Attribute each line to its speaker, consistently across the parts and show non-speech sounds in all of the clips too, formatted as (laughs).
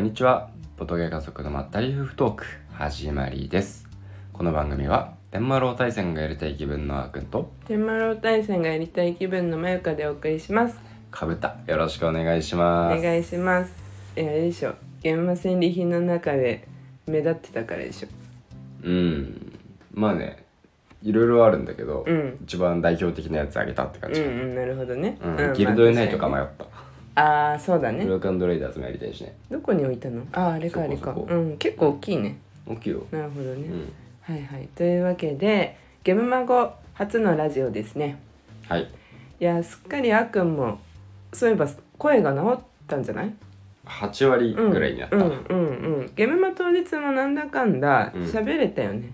Speaker 1: にちはボトゲ家族のまったり夫婦トーク始まりですこの番組は天満楼大戦がやりたい気分のあーくんと
Speaker 2: 天満楼大戦がやりたい気分のまゆかでお送りします
Speaker 1: かぶたよろしくお願いし
Speaker 2: お
Speaker 1: ます
Speaker 2: 願いしますえあれでしょ現場戦利品の中で目立ってたからでしょ
Speaker 1: うんまあねいろいろあるんだけど、
Speaker 2: うん
Speaker 1: 一番代表的なやつあげたって感
Speaker 2: う
Speaker 1: じ
Speaker 2: ん
Speaker 1: かな、
Speaker 2: うんなるほどね、
Speaker 1: うん
Speaker 2: まあ
Speaker 1: ギルドユナイトか迷
Speaker 2: 確
Speaker 1: った、
Speaker 2: かにねああそうだね
Speaker 1: ブロックレイダーズもやりたいしね
Speaker 2: どこに置いたのあああれかあれか
Speaker 1: そこそこ
Speaker 2: うん結構大きいね
Speaker 1: 大きいよ、
Speaker 2: なるほどね、
Speaker 1: うん、
Speaker 2: はいはいというわけでゲームマゴ初のラジオですね
Speaker 1: はい
Speaker 2: いやすっかりあーくんもそういえば声が治ったんじゃない
Speaker 1: 8割ぐらいになった、
Speaker 2: うんうんうんゲムマ当日もなんだかんだ
Speaker 1: うん
Speaker 2: 喋れたよね、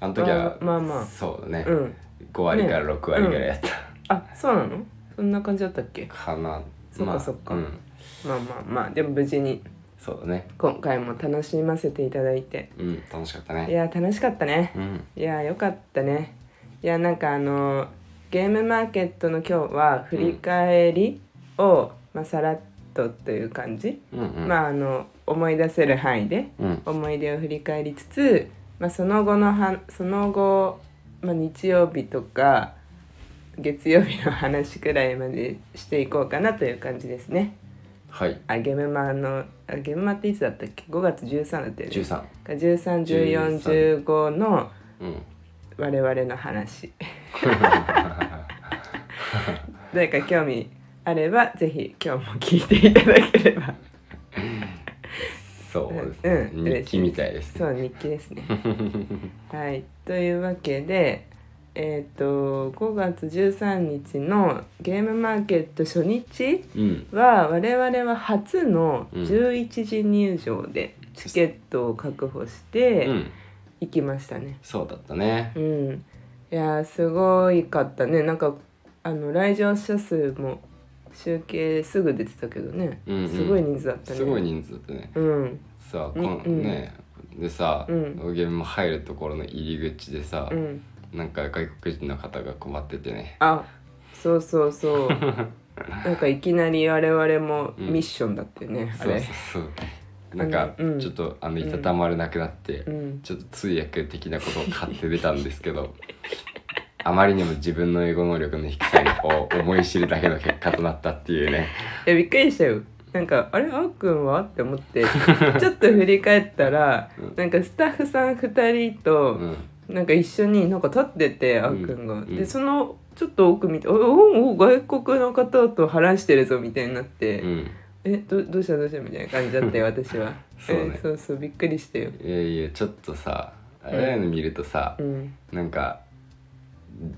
Speaker 1: あの時は
Speaker 2: まあまあまあ
Speaker 1: そうだね、
Speaker 2: うん、
Speaker 1: 5割から6割ぐらいやった、
Speaker 2: あそうなのそんな感じだったっけ
Speaker 1: かな
Speaker 2: そっかそっ
Speaker 1: まあ
Speaker 2: か
Speaker 1: うん、
Speaker 2: まあまあまあでも無事に
Speaker 1: そうだね
Speaker 2: 今回も楽しませていただいて
Speaker 1: うん楽しかった
Speaker 2: い
Speaker 1: ね
Speaker 2: や楽しかったね
Speaker 1: うん
Speaker 2: いやよかったねいやなんかあのゲームマーケットの今日は振り返りを、まあ、さらっとという感じ、
Speaker 1: うんうん
Speaker 2: まああの思い出せる範囲で
Speaker 1: うん
Speaker 2: 思い出を振り返りつつ、まあ、その後のはその後、まあ、日曜日とか月曜日の話くらいまでしていこうかなという感じですね。
Speaker 1: はい
Speaker 2: あゲムマのあゲムマっていつだったっけ5月13だったよね。
Speaker 1: 13
Speaker 2: 13、14,15の
Speaker 1: うん
Speaker 2: 我々の話。 (laughs) 誰か興味あればぜひ今日も聞いていただければ。
Speaker 1: そうですね、
Speaker 2: うん
Speaker 1: 日記みたいですね
Speaker 2: そう日記ですね。はい、というわけで、えー、と5月13日のゲームマーケット初日
Speaker 1: (laughs) うん
Speaker 2: は我々は初の
Speaker 1: うん
Speaker 2: 11時入場でチケットを確保して
Speaker 1: うん
Speaker 2: 行きましたね。
Speaker 1: そうだったね
Speaker 2: うん、いやーすごいかったねなんかあの来場者数も集計すぐ出てたけどね、
Speaker 1: うんうん
Speaker 2: すごい人数だったね。
Speaker 1: すごい人数だったね
Speaker 2: うん
Speaker 1: さあこ
Speaker 2: に
Speaker 1: の
Speaker 2: うん
Speaker 1: ね、でさ、
Speaker 2: うん
Speaker 1: ゲーム入るところの入り口でさ、
Speaker 2: うん、
Speaker 1: なんか外国人の方が困っててね
Speaker 2: あそうそ
Speaker 1: (laughs)
Speaker 2: うそうなんかいきなり我々もミッションだったよね、あ
Speaker 1: そう
Speaker 2: れ
Speaker 1: そうそうなんか
Speaker 2: うん
Speaker 1: ちょっとあのいたたまれなくなって、
Speaker 2: うん
Speaker 1: ちょっと通訳的なことを買って出たんですけどあまりにも自分の英語能力の低さを思い知るだけの結果となったっていうね
Speaker 2: いやびっくりしたよなんか「あれあーくんは?」って思って (laughs) ちょっと振り返ったら、
Speaker 1: うん
Speaker 2: なんかスタッフさん2人と、
Speaker 1: うん
Speaker 2: なんか一緒になんか立っててあーくんが、
Speaker 1: うんう
Speaker 2: で
Speaker 1: ん
Speaker 2: そのちょっと奥見て「おおお外国の方と話してるぞ」みたいになって「
Speaker 1: うん
Speaker 2: えどどうしたどうした」みたいな感じだ
Speaker 1: (laughs)
Speaker 2: ったよ私は
Speaker 1: そうね
Speaker 2: えそうそうびっくりしたよ
Speaker 1: いやいやちょっとさああいうの見るとさ
Speaker 2: う、ん
Speaker 1: なんか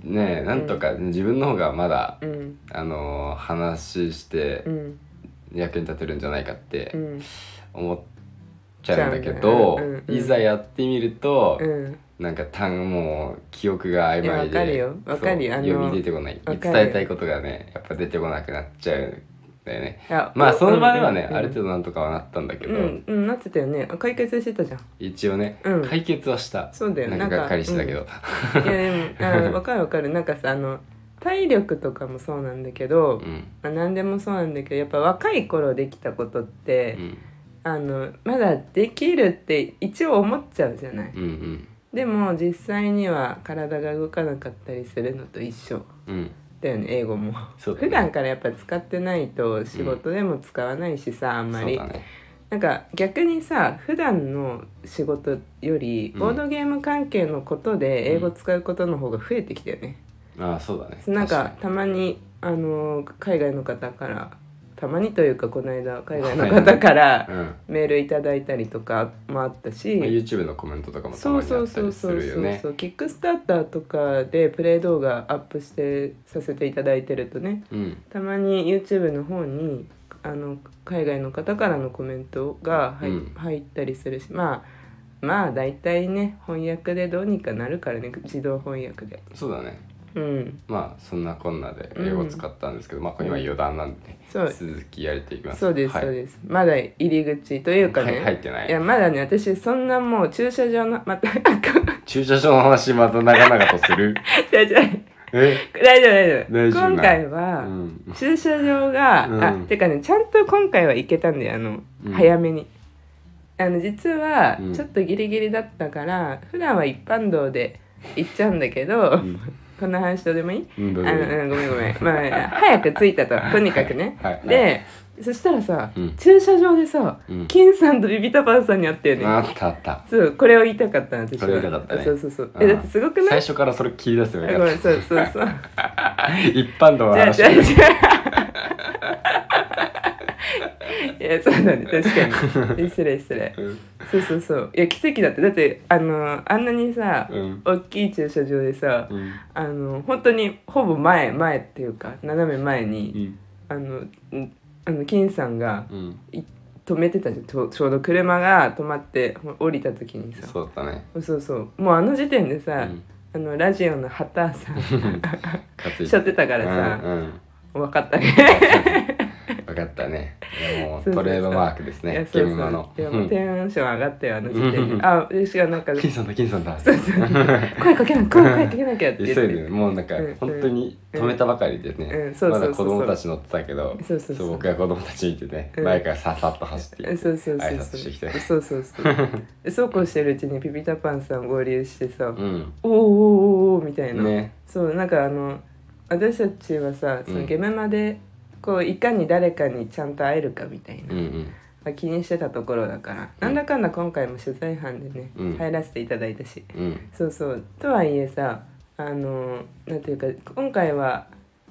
Speaker 1: ねえなんとか自分の方がまだ、
Speaker 2: うん
Speaker 1: あのー話して
Speaker 2: うん
Speaker 1: 役に立てるんじゃないかって
Speaker 2: うん
Speaker 1: 思っちゃうんだけど、
Speaker 2: ちゃうねうんうん
Speaker 1: いざやってみると、
Speaker 2: うん
Speaker 1: なんか単もう記憶が曖昧で
Speaker 2: いやわかるよわかるよ
Speaker 1: そう
Speaker 2: あの
Speaker 1: 呼び出てこない
Speaker 2: わ
Speaker 1: 伝
Speaker 2: かるよ
Speaker 1: えたいことがねやっぱ出てこなくなっちゃうんだよね
Speaker 2: いや
Speaker 1: まあその場ではね、
Speaker 2: うん
Speaker 1: ある程度なんとかはなったんだけ
Speaker 2: う
Speaker 1: ど、
Speaker 2: ん、うん、なってたよねあ解決してたじゃん
Speaker 1: 一応ね、
Speaker 2: うん
Speaker 1: 解決はした
Speaker 2: そうだよ
Speaker 1: なんかがっかりしてたけど、
Speaker 2: いやでもあーわかるわかるなんかさあの体力とかもそうなんだけど、
Speaker 1: うん
Speaker 2: まあ、何でもそうなんだけどやっぱ若い頃できたことっ
Speaker 1: (laughs) う
Speaker 2: て、
Speaker 1: ん
Speaker 2: あのまだできるって一応思っちゃうじゃない、
Speaker 1: うんうん
Speaker 2: でも実際には体が動かなかったりするのと一緒
Speaker 1: うん
Speaker 2: だよね英語も
Speaker 1: そうだね
Speaker 2: 普段からやっぱ使ってないと仕事でも使わないしさ、あんまり
Speaker 1: そうだね
Speaker 2: なんか逆にさ普段の仕事より
Speaker 1: うん
Speaker 2: ボードゲーム関係のことで英語使うことの方が増えてきたよね、
Speaker 1: ああそうだね
Speaker 2: なんか
Speaker 1: 確
Speaker 2: たまにあの海外の方からたまにというかこの間海外の方から
Speaker 1: にうん、ま
Speaker 2: メールいただいたりとかもあったし、
Speaker 1: あ YouTube のコメントとかもた
Speaker 2: そ
Speaker 1: ま
Speaker 2: う
Speaker 1: にあ
Speaker 2: そう
Speaker 1: った
Speaker 2: そう
Speaker 1: りす
Speaker 2: そう
Speaker 1: るよ
Speaker 2: そう
Speaker 1: ね
Speaker 2: そうキックスターターとかでプレイ動画アップしてさせていただいてるとね
Speaker 1: うん
Speaker 2: たまに YouTube の方にあの海外の方からのコメントが入,、
Speaker 1: うん
Speaker 2: 入ったりするしまあまあ大体ね翻訳でどうにかなるからね自動翻訳で
Speaker 1: そうだね
Speaker 2: うん
Speaker 1: まあそんなこんなで英語使ったんですけど、まあ今余談なんで、
Speaker 2: そう
Speaker 1: 続きやりていきます
Speaker 2: そうです、
Speaker 1: はい
Speaker 2: そうですまだ入り口というかね、
Speaker 1: はい入ってない
Speaker 2: やまだね私そんなもう駐車場のまた (laughs) あかん
Speaker 1: 駐車場の話また長々とす
Speaker 2: (laughs)
Speaker 1: る
Speaker 2: 大丈夫
Speaker 1: え
Speaker 2: 大丈夫大
Speaker 1: 大
Speaker 2: 丈
Speaker 1: 丈夫
Speaker 2: 夫今回
Speaker 1: う
Speaker 2: は、
Speaker 1: ん
Speaker 2: 駐車場が、
Speaker 1: うん
Speaker 2: あてかねちゃんと今回は行けたんだよあの、
Speaker 1: うん
Speaker 2: 早めにあの実は
Speaker 1: うん
Speaker 2: ちょっとギリギリだったから、普段は一般道で行っちゃうんだけど、
Speaker 1: ん
Speaker 2: こんな話どうでもいい
Speaker 1: うんど
Speaker 2: あ
Speaker 1: う
Speaker 2: の
Speaker 1: ぞ
Speaker 2: うんごめんごめん、まあまあ、早く着い
Speaker 1: (laughs)
Speaker 2: たととにかくね、
Speaker 1: はいはい
Speaker 2: でそしたらさ、
Speaker 1: うん
Speaker 2: 駐車場でさ、
Speaker 1: うん
Speaker 2: 金さんとビビタパンさんに会ったよね
Speaker 1: あったあった
Speaker 2: そうこれを言いたかったの私は
Speaker 1: これを言いたかったね
Speaker 2: そうそうそうえだってすごくな
Speaker 1: 最
Speaker 2: い
Speaker 1: 初からそれ切り出せば
Speaker 2: あ
Speaker 1: よ
Speaker 2: ご
Speaker 1: か
Speaker 2: め
Speaker 1: っ
Speaker 2: んそうそうそう
Speaker 1: た (laughs) 一般道の話
Speaker 2: じゃあじゃあじゃあ (laughs) いやそうだね確かに失礼失礼
Speaker 1: うん
Speaker 2: そうそうそういや奇跡だってだってあのあんなにさ、
Speaker 1: うん
Speaker 2: 大きい駐車場でさ、
Speaker 1: うん
Speaker 2: あの本当にほぼ前前っていうか斜め前
Speaker 1: う
Speaker 2: に、
Speaker 1: ん
Speaker 2: あのんあの金さんが
Speaker 1: うん
Speaker 2: 止めてたじゃんとちょうど車が止まってほ降りた時にさ
Speaker 1: そうだったね
Speaker 2: そうそうもうあの時点で
Speaker 1: う
Speaker 2: さ、
Speaker 1: ん
Speaker 2: あのラジオの旗さん (laughs)
Speaker 1: 担いで
Speaker 2: しょってたからさ
Speaker 1: うんうん
Speaker 2: 分かったね
Speaker 1: 分かったねいやもう
Speaker 2: (laughs) そうそ
Speaker 1: ト
Speaker 2: うそう
Speaker 1: レードマークです
Speaker 2: いや
Speaker 1: ね
Speaker 2: そうそう
Speaker 1: 現場の
Speaker 2: いやもうテンション上がったよあの時
Speaker 1: う
Speaker 2: 点
Speaker 1: ん
Speaker 2: であしかもなん
Speaker 1: (laughs)
Speaker 2: か
Speaker 1: うん金さんだ金さんだ
Speaker 2: そうそう声かけなきゃ声かけなきゃっ
Speaker 1: (laughs)
Speaker 2: て
Speaker 1: 急い
Speaker 2: 言って
Speaker 1: でねもうなんか
Speaker 2: うん
Speaker 1: 本当に止めたばかりで
Speaker 2: う
Speaker 1: ね
Speaker 2: んそうそ
Speaker 1: ま
Speaker 2: うそうそう
Speaker 1: だ子供たち乗ってたけど
Speaker 2: そうそうそう
Speaker 1: 僕が子供たち見てね
Speaker 2: うん
Speaker 1: 前からささっと走って行って
Speaker 2: そうそうそう
Speaker 1: 挨拶してきたり
Speaker 2: そうそ
Speaker 1: (laughs)
Speaker 2: うそうでそうこうしてるうちにピピタパンさん合流してさ、
Speaker 1: うん
Speaker 2: おーおーおーおーみたいな、
Speaker 1: ね
Speaker 2: そうなんかあの私たちはさそ
Speaker 1: うん
Speaker 2: のゲメマでこういかに誰かにちゃんと会えるかみたいな
Speaker 1: う、ん
Speaker 2: まあ気にしてたところだから、
Speaker 1: うん
Speaker 2: なんだかんだ今回も取材班でね、
Speaker 1: うん
Speaker 2: 入らせていただいたし
Speaker 1: うんうん
Speaker 2: そうそうとはいえさあのなんていうか今回は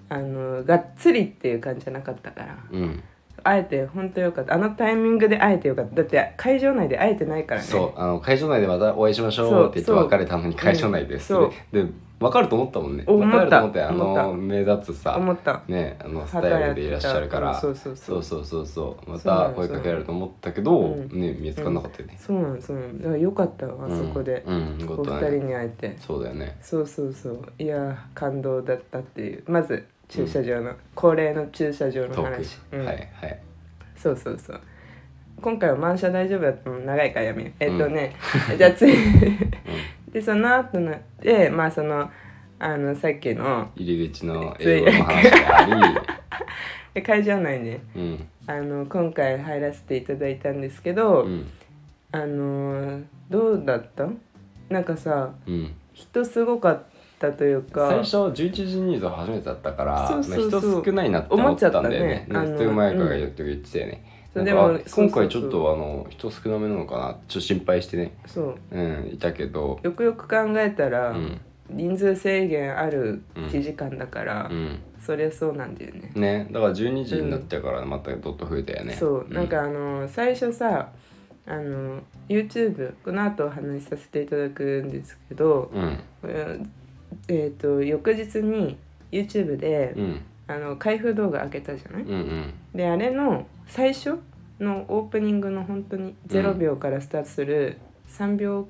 Speaker 2: あのがっつりっていう感じじゃなかったから
Speaker 1: うん
Speaker 2: 会えて本当よかったあのタイミングで会えてよかっただって会場内で会えてないからね
Speaker 1: そうあの会場内でまたお会いしましょうって言って
Speaker 2: そうそう
Speaker 1: 別れたのに会場内です
Speaker 2: うん
Speaker 1: で分かると思ったもんね
Speaker 2: 思っ
Speaker 1: 分
Speaker 2: た
Speaker 1: かると思ってあ
Speaker 2: 思った
Speaker 1: の目立つさ
Speaker 2: 思った
Speaker 1: ねあのスタイルでいらっしゃるから
Speaker 2: そうそうそ
Speaker 1: そううそうそうそうま
Speaker 2: そうな
Speaker 1: た
Speaker 2: の
Speaker 1: 声かけられると思ったけど
Speaker 2: うん
Speaker 1: ね見つからなかったよね
Speaker 2: そうなんそうなんだからよかったわあそこで、
Speaker 1: うんうんよ
Speaker 2: お
Speaker 1: か
Speaker 2: 二
Speaker 1: ったね
Speaker 2: 人に会えて
Speaker 1: そうだよね
Speaker 2: そうそうそういやー感動だったっていうまず駐車場の、恒例の駐車場の
Speaker 1: トー
Speaker 2: 話、
Speaker 1: ク
Speaker 2: うん
Speaker 1: はいはい
Speaker 2: そうそうそう今回は満車大丈夫だったの長いからやめようえっと
Speaker 1: (laughs)
Speaker 2: ね、じゃあ次でその後のでまあそのあのさっきの
Speaker 1: 入り口の英語の話があ
Speaker 2: で会場内ね
Speaker 1: りうん
Speaker 2: あの今回入らせていただいたんですけど、
Speaker 1: うん
Speaker 2: あのーどうだったなんかさ
Speaker 1: うん
Speaker 2: 人すごかったというか
Speaker 1: 最初11時ニーズ初めてだったから
Speaker 2: そうそうそう
Speaker 1: 人少ないなって思ったんだよね
Speaker 2: 思っちゃったね
Speaker 1: ずっと前から言って言ってたよね、
Speaker 2: うん
Speaker 1: なんか
Speaker 2: そうでもそうそうそう
Speaker 1: 今回ちょっとあの人少なめなのかなちょっと心配してね
Speaker 2: そう
Speaker 1: うんいたけど
Speaker 2: よくよく考えたら、
Speaker 1: うん
Speaker 2: 人数制限ある
Speaker 1: うん
Speaker 2: 1時間だから、
Speaker 1: うん
Speaker 2: そりゃそうなんだよね、
Speaker 1: ねだから12時になってからまたどっと増えたよね、
Speaker 2: そうなんかあの最初さあの YouTube この後お話しさせていただくんですけど、
Speaker 1: うん
Speaker 2: えっ、えーと翌日に YouTube で、
Speaker 1: うん
Speaker 2: あの開封動画開けたじゃない
Speaker 1: うんうん
Speaker 2: であれの最初のオープニングの本当に0秒からスタートする3秒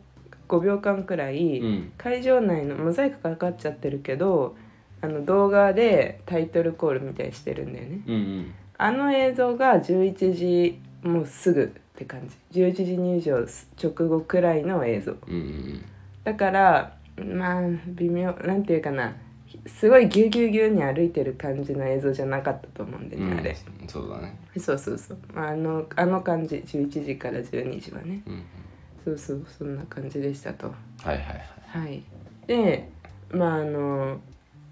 Speaker 2: 5秒間くらい、
Speaker 1: うん
Speaker 2: 会場内のモザイクかかっちゃってるけどあの動画でタイトルコールみたいにしてるんだよね
Speaker 1: うんうん
Speaker 2: あの映像が11時もうすぐって感じ11時入場直後くらいの映像
Speaker 1: うんうん
Speaker 2: だからまあ微妙なんていうかなすごいぎゅうぎゅうぎゅうに歩いてる感じの映像じゃなかったと思うんだ
Speaker 1: う
Speaker 2: よ
Speaker 1: ん
Speaker 2: ね、
Speaker 1: う
Speaker 2: あれ
Speaker 1: んそうだね
Speaker 2: そうそうそうまああのあの感じ11時から12時はね
Speaker 1: うんうん
Speaker 2: そうそうそんな感じでしたと
Speaker 1: はいはいはい
Speaker 2: はい、でまああの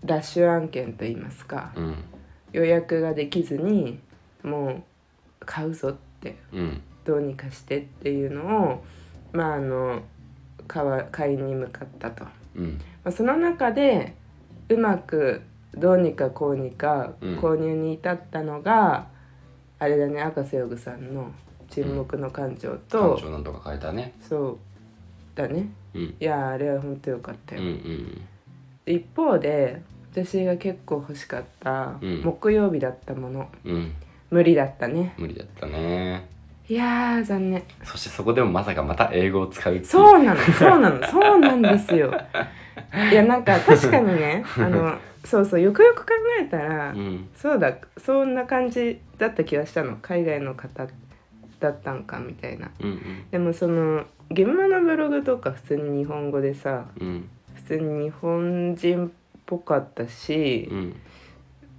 Speaker 2: ラッシュ案件といいますか
Speaker 1: うん
Speaker 2: 予約ができずにもう買うぞって
Speaker 1: うん
Speaker 2: どうにかしてっていうのをまああの買わ買いに向かったと、ま
Speaker 1: うん
Speaker 2: あ、その中でうまくどうにかこうにか
Speaker 1: うん
Speaker 2: 購入に至ったのが、あれだね赤瀬ヨグさんの「沈黙の感情と」
Speaker 1: 感情なんとか変えたね
Speaker 2: そうだね
Speaker 1: うん
Speaker 2: いやあれは本当良かった
Speaker 1: う
Speaker 2: よ
Speaker 1: んう、ん
Speaker 2: 一方で私が結構欲しかった、
Speaker 1: うん
Speaker 2: 木曜日だったもの
Speaker 1: うんうん
Speaker 2: 無理だったね
Speaker 1: 無理だったね
Speaker 2: いやー残念
Speaker 1: そしてそこでもまさかまた英語を使うっていう
Speaker 2: そうなのそうなのそうなんですよいやなんか確かにねあのそうそうよくよく考えたら、
Speaker 1: うん
Speaker 2: そうだそんな感じだった気がしたの海外の方だったんかみたいな
Speaker 1: うん
Speaker 2: でもそのゲームのブログとか普通に日本語でさ
Speaker 1: うん
Speaker 2: 普通に日本人っぽかったし、
Speaker 1: うん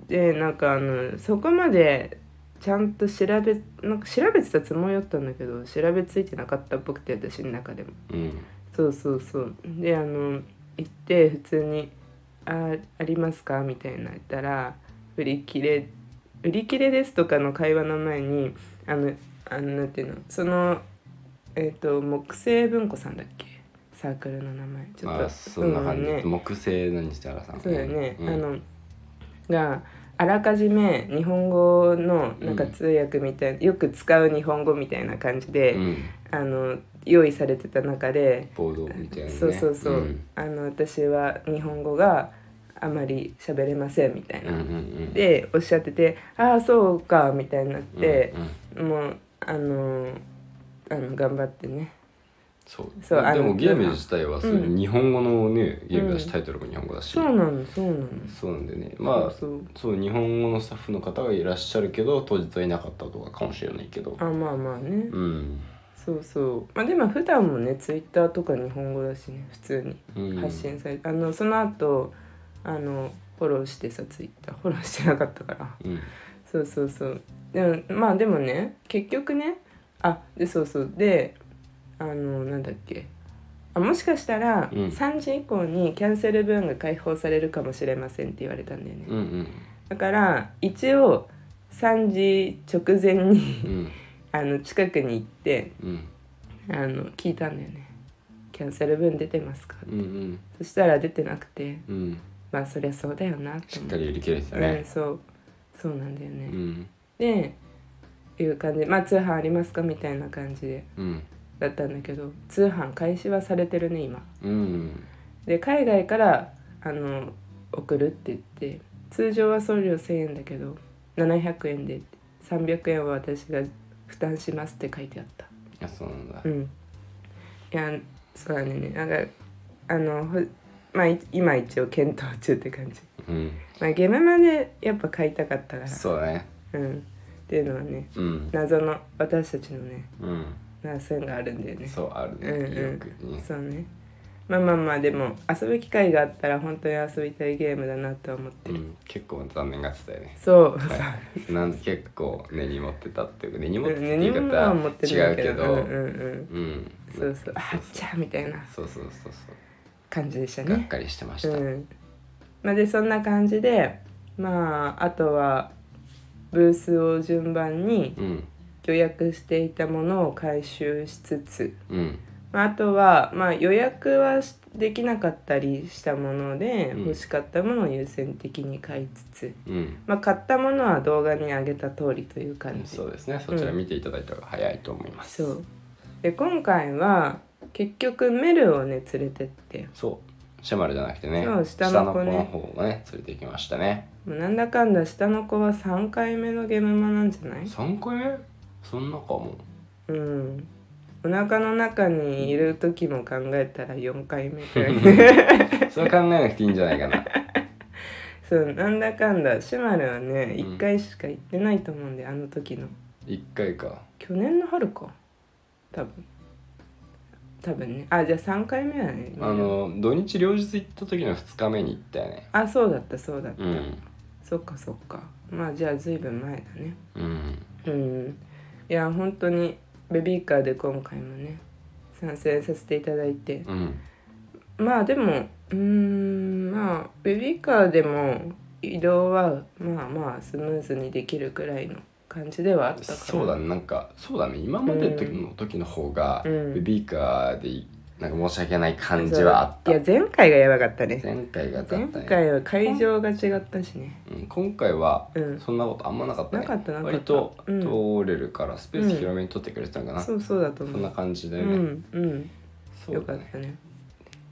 Speaker 2: でなんかあのそこまでちゃんと調べなんか調べてたつもりだったんだけど調べついてなかったっぽくて私の中でも
Speaker 1: うん
Speaker 2: そうそうそうであの行って普通に「あありますか?」みたいな言ったら「売り切れ売り切れです」とかの会話の前にあのあのなんていうのそのえっ、と木星文庫さんだっけサークルの名前ちょっと
Speaker 1: まあそんな感じ、
Speaker 2: うね
Speaker 1: 木星の西原さん
Speaker 2: そうだよね、
Speaker 1: うん
Speaker 2: あのがあらかじめ日本語のなんか通訳みたいな、よく使う日本語みたいな感じで、
Speaker 1: うん
Speaker 2: あの用意されてた中で、
Speaker 1: ボードみたいなね
Speaker 2: そうそうそう、
Speaker 1: ん
Speaker 2: あの私は日本語があまり喋れませんみたい
Speaker 1: うん
Speaker 2: な、
Speaker 1: うんうん
Speaker 2: でおっしゃってて「ああそうか」みたいになっ
Speaker 1: うん
Speaker 2: て
Speaker 1: う、ん
Speaker 2: もうあのあの頑張ってね
Speaker 1: そう
Speaker 2: そうあの
Speaker 1: でもゲーム自体はそういう
Speaker 2: うん
Speaker 1: 日本語のねゲームだし、
Speaker 2: うん
Speaker 1: タイトルも日本語だし
Speaker 2: そうなのそうなの
Speaker 1: そうなんでねまあ
Speaker 2: そう
Speaker 1: そう日本語のスタッフの方がいらっしゃるけど当日はいなかったとかかもしれないけど
Speaker 2: あまあまあね、
Speaker 1: うん、
Speaker 2: そうそうまあでも普段もねツイッターとか日本語だしね普通
Speaker 1: うん、
Speaker 2: に発信されて、あのその後あのフォローしてさツイッターフォローしてなかったから
Speaker 1: うん
Speaker 2: そうそうそうでもまあでもね結局ねあでそうそうであのなんだっけあもしかしたら
Speaker 1: うん
Speaker 2: 3時以降にキャンセル分が解放されるかもしれませんって言われたんだよね、
Speaker 1: うんうん
Speaker 2: だから一応3時直前に (laughs)
Speaker 1: うん
Speaker 2: あの近くに行って
Speaker 1: うん
Speaker 2: あの聞いたんだよね「キャンセル分出てますか?」
Speaker 1: うんうん
Speaker 2: そしたら出てなくて
Speaker 1: うん
Speaker 2: まあそりゃそうだよな
Speaker 1: し
Speaker 2: と
Speaker 1: っ
Speaker 2: 思
Speaker 1: か
Speaker 2: っ
Speaker 1: り売り切れてた
Speaker 2: て、うん、
Speaker 1: ね
Speaker 2: そうそうなんだよね、
Speaker 1: うん
Speaker 2: でいう感じでまあ通販ありますかみたいな感じで
Speaker 1: うん
Speaker 2: だったんだけど通販開始はされてるね今
Speaker 1: うん
Speaker 2: で海外からあの送るって言って通常は送料1,000円だけど700円で300円は私が負担しますって書いてあった
Speaker 1: あそうなんだ
Speaker 2: うんいやそうだねなんかあのふまあい今一応検討中って感じ
Speaker 1: うん
Speaker 2: まあゲームまでやっぱ買いたかったから
Speaker 1: そうだね
Speaker 2: うんっていうのはね
Speaker 1: うん
Speaker 2: 謎の私たちのね
Speaker 1: うん
Speaker 2: な線があるんだよね
Speaker 1: そうあるね
Speaker 2: うんうん
Speaker 1: よくね
Speaker 2: そうねまあまあまあでも遊ぶ機会があったら本当に遊びたいゲームだなとは思って
Speaker 1: う
Speaker 2: る、
Speaker 1: ん結構残念がってたよね
Speaker 2: そう、
Speaker 1: なん結構根に持ってたっていうか根に持ってたって
Speaker 2: 何
Speaker 1: 言い
Speaker 2: も
Speaker 1: 方
Speaker 2: は
Speaker 1: は
Speaker 2: 思って
Speaker 1: 違
Speaker 2: る
Speaker 1: うん
Speaker 2: だ
Speaker 1: け
Speaker 2: けど
Speaker 1: ど
Speaker 2: うんうんうん
Speaker 1: うん
Speaker 2: そうそうあっちゃみたいな
Speaker 1: そうそうそうそう
Speaker 2: 感じでした
Speaker 1: がっ
Speaker 2: ね
Speaker 1: かりしてまし
Speaker 2: う
Speaker 1: た
Speaker 2: んまあでそんな感じでまああとはブースを順番に
Speaker 1: うん
Speaker 2: 予約していたものを回収しつつ
Speaker 1: うん
Speaker 2: まああとは、まあ、予約はしできなかったりしたもので、
Speaker 1: うん
Speaker 2: 欲しかったものを優先的に買いつつ、
Speaker 1: うん
Speaker 2: まあ、買ったものは動画に上げた通りという感じ
Speaker 1: そうですねそちら見ていただいた方が早いと思います、
Speaker 2: そうで今回は結局メルをね連れてって
Speaker 1: そうシェマルじゃなくてね
Speaker 2: そう下の子ね
Speaker 1: の方がね連れてきましたね
Speaker 2: もうなんだかんだ下の子は3回目のゲムマなんじゃない
Speaker 1: 3回目そんなかも
Speaker 2: うんお腹の中にいる時も考えたら4回目くら
Speaker 1: (laughs)
Speaker 2: い
Speaker 1: それ考えなくていいんじゃないかな (laughs)
Speaker 2: そうなんだかんだシュマルはね
Speaker 1: うん
Speaker 2: 1回しか行ってないと思うんであの時の
Speaker 1: 1回か
Speaker 2: 去年の春か多分多分ねあじゃあ3回目だね
Speaker 1: あの土日両日行った時の2日目に行ったよね
Speaker 2: あそうだったそうだった、
Speaker 1: うん
Speaker 2: そっかそっかまあじゃあ随分前だね
Speaker 1: うん
Speaker 2: うんいや本当にベビーカーで今回もね参戦させていただいて
Speaker 1: うん
Speaker 2: まあでもうーんまあベビーカーでも移動はまあまあスムーズにできるくらいの感じではあったから
Speaker 1: そうだねなんかそうだね今までの時の時の方が、
Speaker 2: うん
Speaker 1: ベビーカーでいなんか申し訳ない感じはあった
Speaker 2: いや前回がやばかったね
Speaker 1: 前回がだった
Speaker 2: 前
Speaker 1: ね
Speaker 2: 回は会場が違ったしね
Speaker 1: うん、今回は
Speaker 2: うん
Speaker 1: そんなことあんまなかったね、
Speaker 2: なかったなかった
Speaker 1: 割と
Speaker 2: うん
Speaker 1: 通れるからスペース広めに取ってくれてたのかな、
Speaker 2: そうそうだ
Speaker 1: そ
Speaker 2: と
Speaker 1: ん
Speaker 2: 思
Speaker 1: な
Speaker 2: う
Speaker 1: 感じ
Speaker 2: う
Speaker 1: だよね、
Speaker 2: んうん
Speaker 1: そう
Speaker 2: よ
Speaker 1: だ
Speaker 2: かっ
Speaker 1: ね
Speaker 2: たね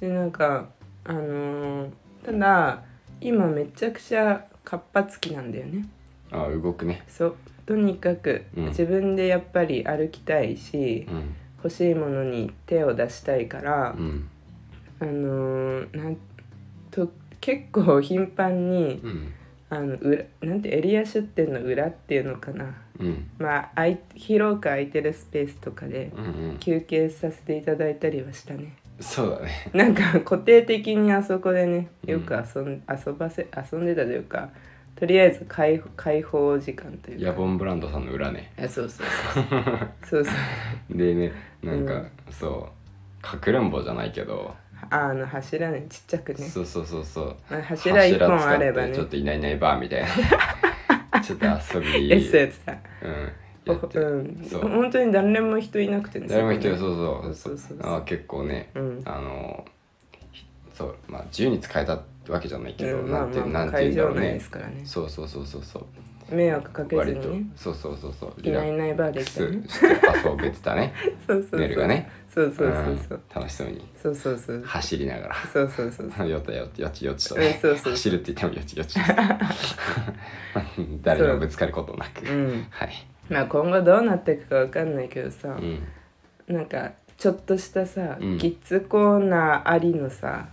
Speaker 2: でなんかあのーただ今めちゃくちゃ活発期なんだよね
Speaker 1: ああ動くね
Speaker 2: そうとにかく
Speaker 1: うん
Speaker 2: 自分でやっぱり歩きたいし、
Speaker 1: うん
Speaker 2: 欲しいものに手を出したいから、
Speaker 1: うん
Speaker 2: あのーなんと結構頻繁に
Speaker 1: うん
Speaker 2: あの裏なんてエリア出店の裏っていうのかな
Speaker 1: うん
Speaker 2: まああい広く空いてるスペースとかで
Speaker 1: うんうん
Speaker 2: 休憩させていただいたりはしたね (laughs)
Speaker 1: そうだね
Speaker 2: なんか固定的にあそこでね
Speaker 1: うん
Speaker 2: よく遊ん,、遊ばせ遊んでたというかとりあえず解解放時間という
Speaker 1: ヤ
Speaker 2: か
Speaker 1: ボンブランドさんの裏ね
Speaker 2: あそうそう
Speaker 1: (laughs)
Speaker 2: そうそうそう
Speaker 1: でねなんか、そうかくれんぼじゃないけど、
Speaker 2: ああの柱ねちっちゃくね
Speaker 1: そうそうそうそう
Speaker 2: まあ柱一本
Speaker 1: 柱
Speaker 2: あれ
Speaker 1: 使っ
Speaker 2: ば
Speaker 1: て
Speaker 2: ね
Speaker 1: ちょっといないいないばーみたい
Speaker 2: (laughs)
Speaker 1: なちょっと遊び
Speaker 2: エッセンスさ
Speaker 1: うん
Speaker 2: う
Speaker 1: やってる
Speaker 2: ん
Speaker 1: そう
Speaker 2: 本当に誰も人いなくてね
Speaker 1: 誰も一人
Speaker 2: そこ
Speaker 1: そうそう
Speaker 2: そうそうそう
Speaker 1: あ結構ね、
Speaker 2: うん
Speaker 1: あのひそうまあ自由に使えたわけじゃないけ
Speaker 2: ね
Speaker 1: ど、
Speaker 2: うんま
Speaker 1: な
Speaker 2: あ
Speaker 1: んていう
Speaker 2: ま
Speaker 1: な
Speaker 2: あ
Speaker 1: んていうん
Speaker 2: 会
Speaker 1: だろ
Speaker 2: 場
Speaker 1: う
Speaker 2: 内
Speaker 1: ね
Speaker 2: ですからね
Speaker 1: そうそうそうそうそう
Speaker 2: 迷惑かけず
Speaker 1: 割と
Speaker 2: にね
Speaker 1: そうそうそうそう
Speaker 2: い
Speaker 1: リラ
Speaker 2: ないい
Speaker 1: ッ
Speaker 2: ないバーで
Speaker 1: ク
Speaker 2: きたね
Speaker 1: スして遊べてたね
Speaker 2: そうそうそう
Speaker 1: ネルがね
Speaker 2: (laughs) そうそうそうそ
Speaker 1: ん
Speaker 2: う
Speaker 1: 楽しそうに
Speaker 2: そうそうそう
Speaker 1: 走りながら
Speaker 2: そうそうそうそう
Speaker 1: よったよよちよちと、
Speaker 2: うんそうそう
Speaker 1: 走るって言ってもよち
Speaker 2: (laughs)
Speaker 1: よちです誰にもぶつかることなく、
Speaker 2: うん
Speaker 1: はい、
Speaker 2: まあ今後どうなっていくかわかんないけどさ
Speaker 1: うん、
Speaker 2: なんかちょっとしたさ
Speaker 1: うん
Speaker 2: キッズコーナーありのさ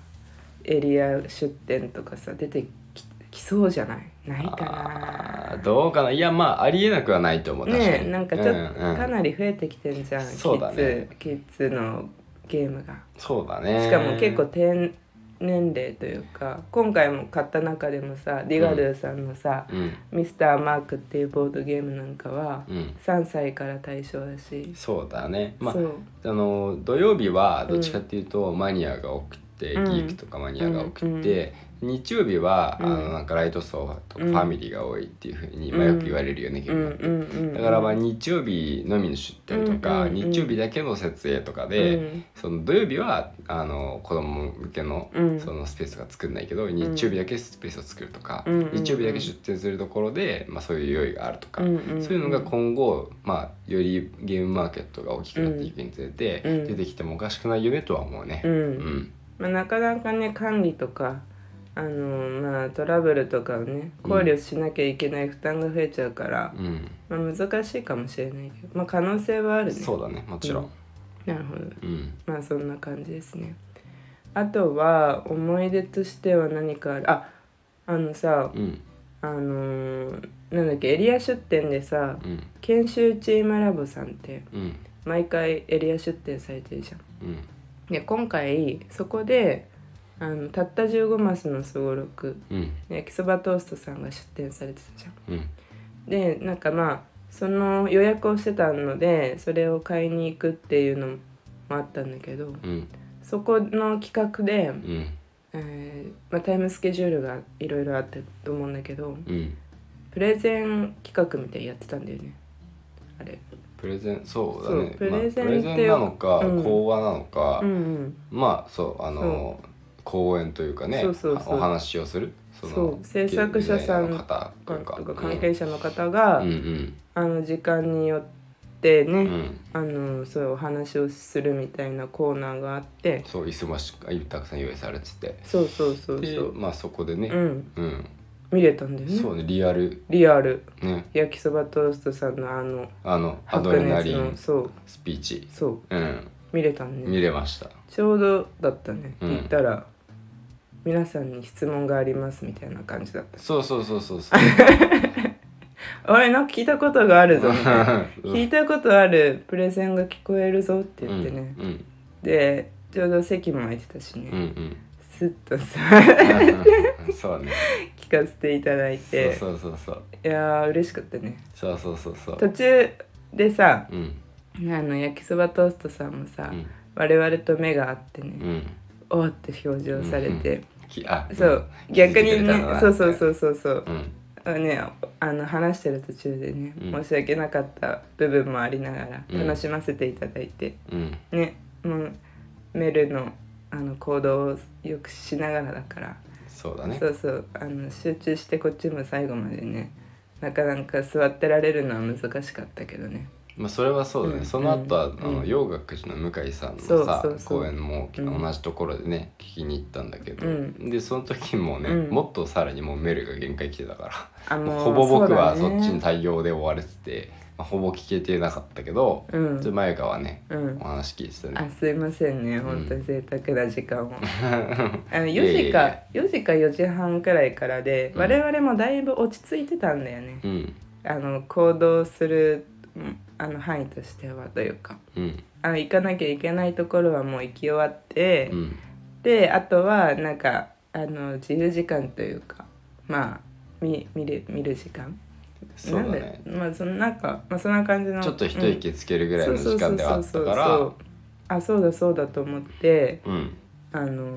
Speaker 2: エリア出店とかさ出てききそうじゃないないか
Speaker 1: あ
Speaker 2: な
Speaker 1: ーどうかないやまあありえなくはないと思う確か
Speaker 2: ね
Speaker 1: に
Speaker 2: えなんかちょっと
Speaker 1: うんうん
Speaker 2: かなり増えてきてんじゃん、
Speaker 1: そうだね
Speaker 2: キッズキッズのゲームが
Speaker 1: そうだね
Speaker 2: しかも結構低年齢というか今回も買った中でもさディガルーさんのさ
Speaker 1: うん
Speaker 2: 「ミスターマーク」っていうボードゲームなんかは
Speaker 1: うん
Speaker 2: 3歳から対象だし、
Speaker 1: そうだねまあ
Speaker 2: そう
Speaker 1: あの土曜日はどっちかっていうとマニアが多くて、
Speaker 2: うん
Speaker 1: ギークとかマニアが多くて、日曜日は、あのなんかライト層とか
Speaker 2: うん
Speaker 1: ファミリーが多いっていうふうに、まあ、よく言われるよね、結
Speaker 2: うん
Speaker 1: 構
Speaker 2: うんうん
Speaker 1: だからまあ日曜日のみの出店とか、
Speaker 2: うんうんうん
Speaker 1: 日曜日だけの設営とかで、
Speaker 2: うん
Speaker 1: その土曜日はあの子供向けの
Speaker 2: うん
Speaker 1: そのスペースが作んないけど、日曜日だけスペースを作るとか、
Speaker 2: うんうんうん
Speaker 1: 日曜日だけ出店するところで、まあ、そういう用意があるとか、
Speaker 2: うんうんうん
Speaker 1: そういうのが今後、まあ、よりゲームマーケットが大きくなっていくにつれて、
Speaker 2: うん
Speaker 1: 出てきてもおかしくない夢とは思うね。
Speaker 2: う
Speaker 1: うんん
Speaker 2: まあ、なかなかね管理とかあのまあトラブルとかをね考慮しなきゃいけない負担が増えちゃうから、
Speaker 1: うん
Speaker 2: まあ、難しいかもしれないけど、まあ、可能性はあるね
Speaker 1: そうだねもちろん、
Speaker 2: なるほど
Speaker 1: うん
Speaker 2: まあそんな感じですねあとは思い出としては何かあるああのさ
Speaker 1: うん
Speaker 2: あのーなんだっけエリア出店でさ
Speaker 1: うん
Speaker 2: 研修チームラボさんって
Speaker 1: うん
Speaker 2: 毎回エリア出店されてるじゃん
Speaker 1: うん
Speaker 2: で今回そこであのたった15マスのすごろく
Speaker 1: うん
Speaker 2: 焼きそばトーストさんが出店されてたじゃん
Speaker 1: うん
Speaker 2: でなんかまあその予約をしてたのでそれを買いに行くっていうのもあったんだけど
Speaker 1: うん
Speaker 2: そこの企画で、
Speaker 1: うん
Speaker 2: えーまあ、タイムスケジュールがいろいろあったと思うんだけ
Speaker 1: う
Speaker 2: ど
Speaker 1: ん
Speaker 2: プレゼン企画みたいにやってたんだよねあれ
Speaker 1: プレゼンそうだね
Speaker 2: そうプレゼン
Speaker 1: まあ、プレゼンなのか、
Speaker 2: ってうん
Speaker 1: 講話なのか、
Speaker 2: うんうん
Speaker 1: まあそうあの講演というかね
Speaker 2: そうそうそう
Speaker 1: お話をするそ
Speaker 2: そう制作者さん
Speaker 1: デザイナーの方というか
Speaker 2: とか関係者の方が、
Speaker 1: うんうん
Speaker 2: あの時間によってね、
Speaker 1: うん、うん、
Speaker 2: あのそういうお話をするみたいなコーナーがあって
Speaker 1: そう忙しくたくさん用意されてて
Speaker 2: そうそうそうそ
Speaker 1: で
Speaker 2: う、
Speaker 1: まあそこでね
Speaker 2: うん、
Speaker 1: うん、
Speaker 2: 見れたんだよね
Speaker 1: そうねリアル
Speaker 2: リアル
Speaker 1: ね
Speaker 2: 焼きそばトーストさんのあの
Speaker 1: あのアド
Speaker 2: 白
Speaker 1: レナ
Speaker 2: 熱
Speaker 1: リ
Speaker 2: の
Speaker 1: ン
Speaker 2: そう
Speaker 1: スピーチ
Speaker 2: そう
Speaker 1: うん
Speaker 2: 見れたんで、
Speaker 1: 見れました
Speaker 2: ちょうどだったね、
Speaker 1: うん
Speaker 2: 行ったら皆さんに質問がありますみたいな感じだった
Speaker 1: そうそうそうそうそう
Speaker 2: あれなんか聞いたことがあるぞみたいな
Speaker 1: うん
Speaker 2: 聞いたことあるプレゼンが聞こえるぞって言ってね、
Speaker 1: うん
Speaker 2: でちょうど席も空いてたしね、
Speaker 1: うんうん
Speaker 2: スッとさ (laughs)
Speaker 1: うんそうね
Speaker 2: 聞かせていただいて
Speaker 1: そうそうそう
Speaker 2: いやー嬉しかったね
Speaker 1: そうそうそうそうそう
Speaker 2: 途中でさ
Speaker 1: うん
Speaker 2: あの焼きそばトーストさんもさ、
Speaker 1: うん
Speaker 2: 我々と目が合ってね、
Speaker 1: うん
Speaker 2: おーって表情されて、
Speaker 1: きあ
Speaker 2: そう逆にねそうそう
Speaker 1: う
Speaker 2: そうそうそう、
Speaker 1: ん
Speaker 2: あのねあの話してる途中でね、
Speaker 1: うん
Speaker 2: 申し訳なかった部分もありなが
Speaker 1: う
Speaker 2: ら
Speaker 1: ん
Speaker 2: 楽しませていただいて、
Speaker 1: うん
Speaker 2: ねもうメルのあの行動をよくしながらだから、
Speaker 1: そうだね
Speaker 2: そうそうあの集中してこっちも最後までねなかなか座ってられるのは難しかったけどね
Speaker 1: まあそれはそうだね、
Speaker 2: うん
Speaker 1: その後は、
Speaker 2: うん
Speaker 1: あの
Speaker 2: うん
Speaker 1: 洋楽寺の向井さんのさ
Speaker 2: そうそうそう
Speaker 1: 公演も
Speaker 2: うん
Speaker 1: 同じところでね、聞きに行ったんだけど、
Speaker 2: うん
Speaker 1: でその時もね、
Speaker 2: うん
Speaker 1: もっとさらにもうメルが限界来てたか
Speaker 2: あ
Speaker 1: ら、
Speaker 2: もう
Speaker 1: ほぼ僕は
Speaker 2: うだ
Speaker 1: そ
Speaker 2: ね
Speaker 1: っちに対応で追われてて、まあ、ほぼ聞けてなかったけど、
Speaker 2: う
Speaker 1: ちょっと
Speaker 2: ん、
Speaker 1: 前川はね、
Speaker 2: うん
Speaker 1: お、話聞いてた
Speaker 2: あ
Speaker 1: ね
Speaker 2: すいませんね本当に贅沢な時間
Speaker 1: (laughs)
Speaker 2: をあの
Speaker 1: いえいえ
Speaker 2: 4時か4時か4時半くらいからで
Speaker 1: うん
Speaker 2: 我々もだいぶ落ち着いてたんだよね、
Speaker 1: うん
Speaker 2: あの行動するうんあの範囲としてはというか
Speaker 1: うん
Speaker 2: あの行かなきゃいけないところはもう行き終わって、
Speaker 1: うん
Speaker 2: であとはなんかあの自由時間というかまあ見見れ見る時間
Speaker 1: そうだね
Speaker 2: なんでまあそのなんか、まあ、そんな感じの
Speaker 1: ちょっと一息つけるぐらいの時間ではあったか
Speaker 2: そうそうそうそう
Speaker 1: ら
Speaker 2: あそうだそうだと思って
Speaker 1: うん
Speaker 2: あの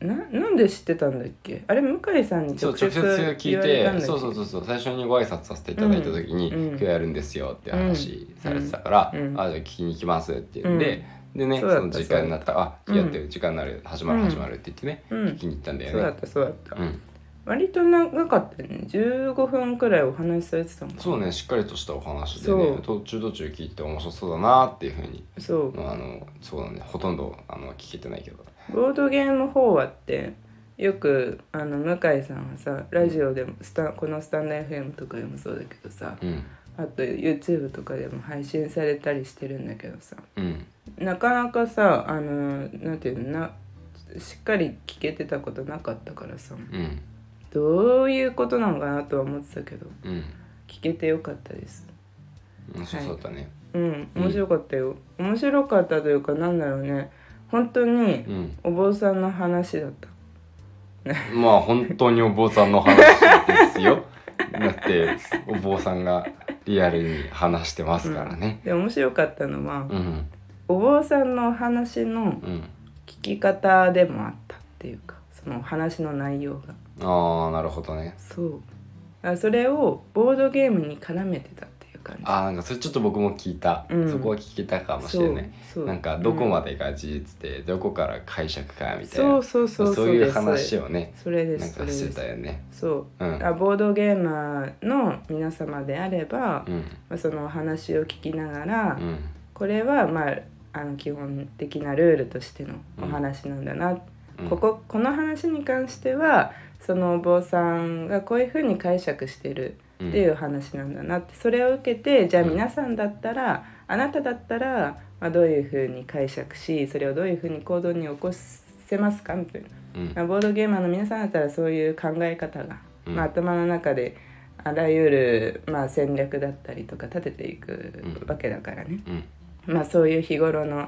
Speaker 2: ななんで知ってたんだっけあれ向井さんに
Speaker 1: そう
Speaker 2: 直
Speaker 1: 直
Speaker 2: 接
Speaker 1: 接聞
Speaker 2: 言
Speaker 1: い
Speaker 2: われた
Speaker 1: て
Speaker 2: んだっけ
Speaker 1: そうそうそうそう最初にご挨拶させていただいた時に「
Speaker 2: うんうん
Speaker 1: 今日やるんですよ」って話されてたから「
Speaker 2: うんうん
Speaker 1: あじゃあ聞きに行きます」って言って、でね
Speaker 2: そ
Speaker 1: そう
Speaker 2: だった
Speaker 1: の時間になったら「あ
Speaker 2: そうだ
Speaker 1: や
Speaker 2: った
Speaker 1: ってる時間になる始まる
Speaker 2: うん
Speaker 1: 始まる」って言ってね、
Speaker 2: うん
Speaker 1: 聞きに行ったんだ
Speaker 2: そうだ
Speaker 1: よ
Speaker 2: っ
Speaker 1: ね。
Speaker 2: たそうだった、
Speaker 1: うん、
Speaker 2: 割と長かったよね15分くらいお話しされてたもん
Speaker 1: そうねしっかりとしたお話で
Speaker 2: そ
Speaker 1: ね
Speaker 2: う
Speaker 1: 途中途中聞いて面白そうだなっていうふうに
Speaker 2: そう
Speaker 1: まああのそうだねほとんどあの聞けてないけど
Speaker 2: ボードゲーム法話ってよくあの向井さんはさラジオでもスタこのスタンド FM とかでもそうだけどさ
Speaker 1: うん
Speaker 2: あと YouTube とかでも配信されたりしてるんだけどさ
Speaker 1: うん
Speaker 2: なかなかさあのなんていうのなしっかり聞けてたことなかったからさ
Speaker 1: うん
Speaker 2: どういうことなのかなとは思ってたけど
Speaker 1: うん
Speaker 2: 聞けてよかったです
Speaker 1: 面白そうだったね、
Speaker 2: うん面白かったよ、面白かったというかなんだろうね本当に
Speaker 1: うん
Speaker 2: お坊さんの話だった
Speaker 1: まあ本当にお坊さんの話ですよだってお坊さんがリアルに話してますからね
Speaker 2: で面白かったのは、
Speaker 1: うん
Speaker 2: お坊さんのお話の
Speaker 1: うん
Speaker 2: 聞き方でもあったっていうかそのお話の内容が
Speaker 1: ああなるほどね
Speaker 2: そうあそれをボードゲームに絡めてたっていう感じ
Speaker 1: あーなんかそれちょっと僕も聞いた、
Speaker 2: うん
Speaker 1: そこは聞けたかもしれない
Speaker 2: そうそう
Speaker 1: なんかどこまでが事実で、どこから解釈かみたい
Speaker 2: そ
Speaker 1: な
Speaker 2: うそうそう
Speaker 1: そういう
Speaker 2: です
Speaker 1: 話をね
Speaker 2: それで
Speaker 1: なん
Speaker 2: すそ
Speaker 1: か
Speaker 2: れ
Speaker 1: して
Speaker 2: で
Speaker 1: た
Speaker 2: す
Speaker 1: よね
Speaker 2: そううあ
Speaker 1: ん
Speaker 2: ボードゲーマーの皆様であれば、
Speaker 1: うん
Speaker 2: まあ、そのお話を聞きながら、
Speaker 1: うん
Speaker 2: これはまああの基本的なルールとしてのお話なんだな、
Speaker 1: うん
Speaker 2: こここの話に関してはそのお坊さんがこういうふうに解釈してる
Speaker 1: うん
Speaker 2: っていう話なんだなってそれを受けてじゃあ
Speaker 1: うん
Speaker 2: 皆さんだったらあなただったら、まあ、どういうふうに解釈しそれをどういうふうに行動に起こせますかみたいな、
Speaker 1: うん
Speaker 2: まあボードゲーマーの皆さんだったらそういう考え方が、
Speaker 1: うん
Speaker 2: まあ、頭の中であらゆる、まあ、戦略だったりとか立てていく
Speaker 1: うん
Speaker 2: わけだからね、
Speaker 1: うん
Speaker 2: まあ、そういう日頃の
Speaker 1: うん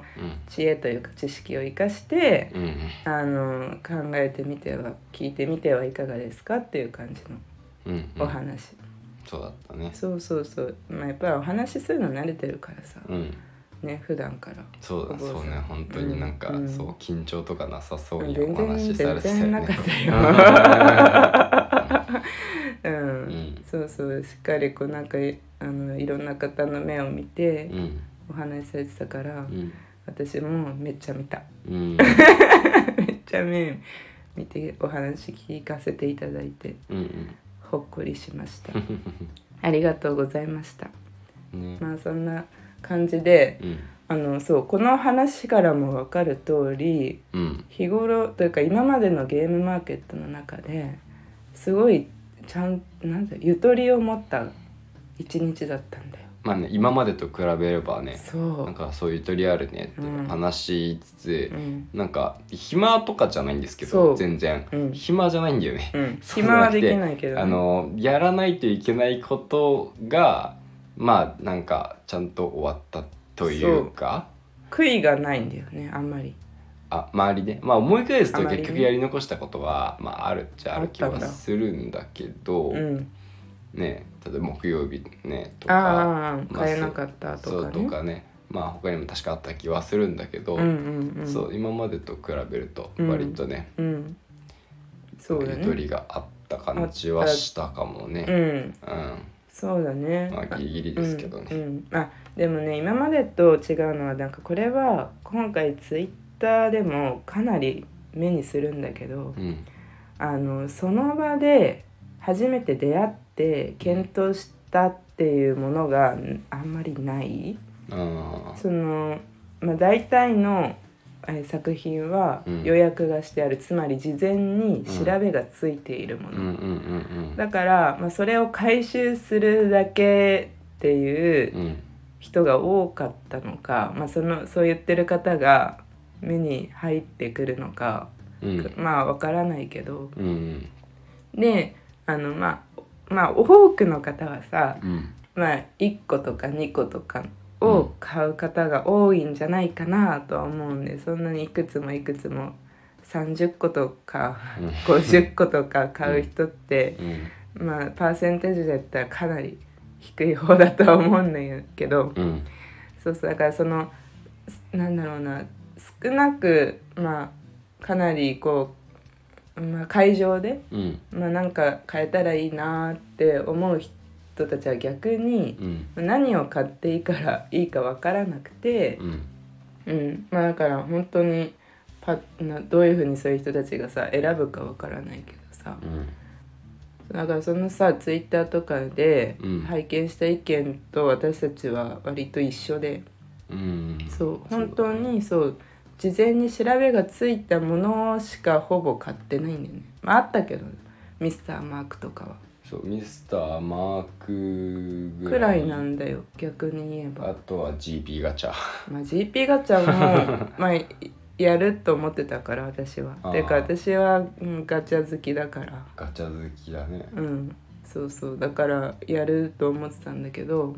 Speaker 2: 知恵というか知識を生かして、
Speaker 1: うん
Speaker 2: あの考えてみては聞いてみてはいかがですかっていう感じ
Speaker 1: うんうん
Speaker 2: のお話、
Speaker 1: そうだったね
Speaker 2: そうそうそう、まあ、やっぱりお話しするの慣れてるからさ、
Speaker 1: うん
Speaker 2: ね普段から
Speaker 1: そう
Speaker 2: お
Speaker 1: だ
Speaker 2: 坊さん
Speaker 1: そうね本当になんか、
Speaker 2: うん
Speaker 1: そう緊張とかなさそうにお
Speaker 2: 全
Speaker 1: 話し
Speaker 2: 然
Speaker 1: されて
Speaker 2: 全
Speaker 1: たよ
Speaker 2: 然なか
Speaker 1: ね
Speaker 2: ったよ、うん
Speaker 1: ん
Speaker 2: そうそうしっかりこうなんかいあのいろんな方の目を見て
Speaker 1: うん
Speaker 2: お話しされてたから、
Speaker 1: うん
Speaker 2: 私もめっちゃ見た (laughs)
Speaker 1: うん
Speaker 2: めっちゃ目見てお話聞かせていただいて
Speaker 1: うん
Speaker 2: ほっこりしました。ありがとうございました。
Speaker 1: うんね
Speaker 2: まあそんな感じで、
Speaker 1: うん
Speaker 2: あのそうこの話からも分かる通り、
Speaker 1: うん
Speaker 2: 日頃というか今までのゲームマーケットの中ですごいちゃんなんだゆとりを持った一日だったんだよ。
Speaker 1: まあね今までと比べればね
Speaker 2: そう。
Speaker 1: なんかそういうとりあるねって
Speaker 2: うん
Speaker 1: 話しつつ
Speaker 2: う、ん
Speaker 1: なんか暇とかじゃないんですけ
Speaker 2: そ
Speaker 1: ど
Speaker 2: う
Speaker 1: 全然、
Speaker 2: うん
Speaker 1: 暇じゃないんだよね
Speaker 2: うん。
Speaker 1: そう
Speaker 2: 暇はできないけど、ね。
Speaker 1: あのやらないといけないことがまあなんかちゃんと終わったというか
Speaker 2: 悔いがないんだよねあんまり。
Speaker 1: あ周りでまあ思い返す
Speaker 2: あ
Speaker 1: と
Speaker 2: まりね
Speaker 1: 結局やり残したことはまああるっちゃある気
Speaker 2: あっ
Speaker 1: は
Speaker 2: たんだ
Speaker 1: するんだけど
Speaker 2: うん。
Speaker 1: ね例えば木曜日ねと
Speaker 2: あ
Speaker 1: か
Speaker 2: あああ
Speaker 1: まあ
Speaker 2: 買えなかった
Speaker 1: そ
Speaker 2: とか
Speaker 1: う
Speaker 2: ね。
Speaker 1: とかねまあ他にも確かあった気はするんだけど、
Speaker 2: うんうんうん。
Speaker 1: そう今までと比べると
Speaker 2: うん
Speaker 1: 割とね、
Speaker 2: うん。そうだ
Speaker 1: ゆ
Speaker 2: ね。
Speaker 1: とりがあった感じはしたかもね。
Speaker 2: うん。
Speaker 1: うん
Speaker 2: そうだね。
Speaker 1: まあギリギリですけどね
Speaker 2: うんうんあでもね今までと違うのはなんかこれは今回ツイッターでもかなり目にするんだけど、
Speaker 1: うん
Speaker 2: あのその場で初めて出会って検討したっていうものがんあんまりない
Speaker 1: あー
Speaker 2: その、まあ、大体のえー作品は
Speaker 1: うん
Speaker 2: 予約がしてある、つまり事前に調べがついているも
Speaker 1: う
Speaker 2: の、
Speaker 1: んうんうん
Speaker 2: だから、まあ、それを回収するだけっていう
Speaker 1: うんうん
Speaker 2: 人が多かったのか、まあ、そのそう言ってる方が目に入ってくるのか、
Speaker 1: うん
Speaker 2: まあわからないけど
Speaker 1: うん
Speaker 2: であの、まあ、まあ多くの方はさ、
Speaker 1: うん
Speaker 2: まあ、1個とか2個とかを買う方が多いんじゃないかなとは思うんでそんなにいくつもいくつも30個とか
Speaker 1: うん
Speaker 2: 50個とか買う人って、
Speaker 1: うん
Speaker 2: まあパーセンテージだったらかなり低い方だとは思うんだけど
Speaker 1: うん
Speaker 2: そうそうだからそのすなんだろうな少なくまあかなりこう、まあ、会場で、
Speaker 1: うん
Speaker 2: まあ、なんか変えたらいいなって思う人たちは逆に
Speaker 1: うん
Speaker 2: 何を買っていいからいいか分からなくて。
Speaker 1: うん
Speaker 2: うん、まあだから本当にパなどういうふうにそういう人たちがさ選ぶかわからないけどさ
Speaker 1: うん
Speaker 2: だからそのさツイッターとかで
Speaker 1: うん
Speaker 2: 拝見した意見と私たちは割と一緒で、
Speaker 1: うん
Speaker 2: そう本当にそう事前に調べがついたものしかほぼ買ってないんだよね、まあ、あったけどミスターマークとかは
Speaker 1: そうミスターマーク
Speaker 2: くらいなんだよ逆に言えば
Speaker 1: あとは GP ガチャ
Speaker 2: まあ、GP ガチ
Speaker 1: (laughs)
Speaker 2: ャもまあいやると思ってたから私は
Speaker 1: あー
Speaker 2: てか私は、うん、ガチャ好きだから
Speaker 1: ガチャ好きだね
Speaker 2: うんそうそうだからやると思ってたんだけど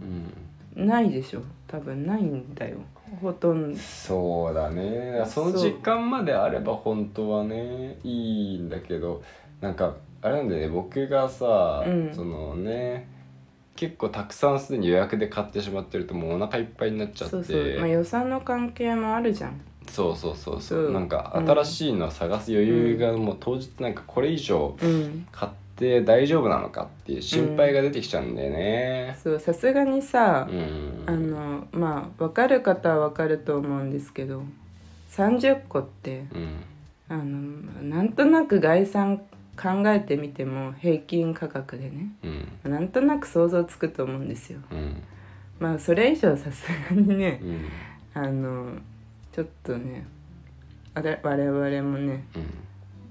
Speaker 1: うん
Speaker 2: ないでしょ多分ないんだよほとんど
Speaker 1: そうだねその
Speaker 2: そう
Speaker 1: 時間まであれば本当はねいいんだけどなんかあれなんだよね僕がさ、
Speaker 2: うん
Speaker 1: そのね結構たくさんすでに予約で買ってしまってるともうお腹いっぱいになっちゃって
Speaker 2: そうそう、まあ、予算の関係もあるじゃん
Speaker 1: そうそうそうそう、
Speaker 2: うん
Speaker 1: なんか新しいのを探す余裕がもう当日なんかこれ以上
Speaker 2: うん
Speaker 1: 買って大丈夫なのかっていう心配が出てきちゃうんだよね
Speaker 2: そうさすがにさ
Speaker 1: う、ん、
Speaker 2: あのまあ分かる方は分かると思うんですけど30個って
Speaker 1: うん
Speaker 2: あのなんとなく概算考えてみても平均価格でね
Speaker 1: うん
Speaker 2: なんとなく想像つくと思うんですよ
Speaker 1: うん
Speaker 2: まあそれ以上さすがにね
Speaker 1: うん
Speaker 2: あのちょっとねあれ我々もね
Speaker 1: う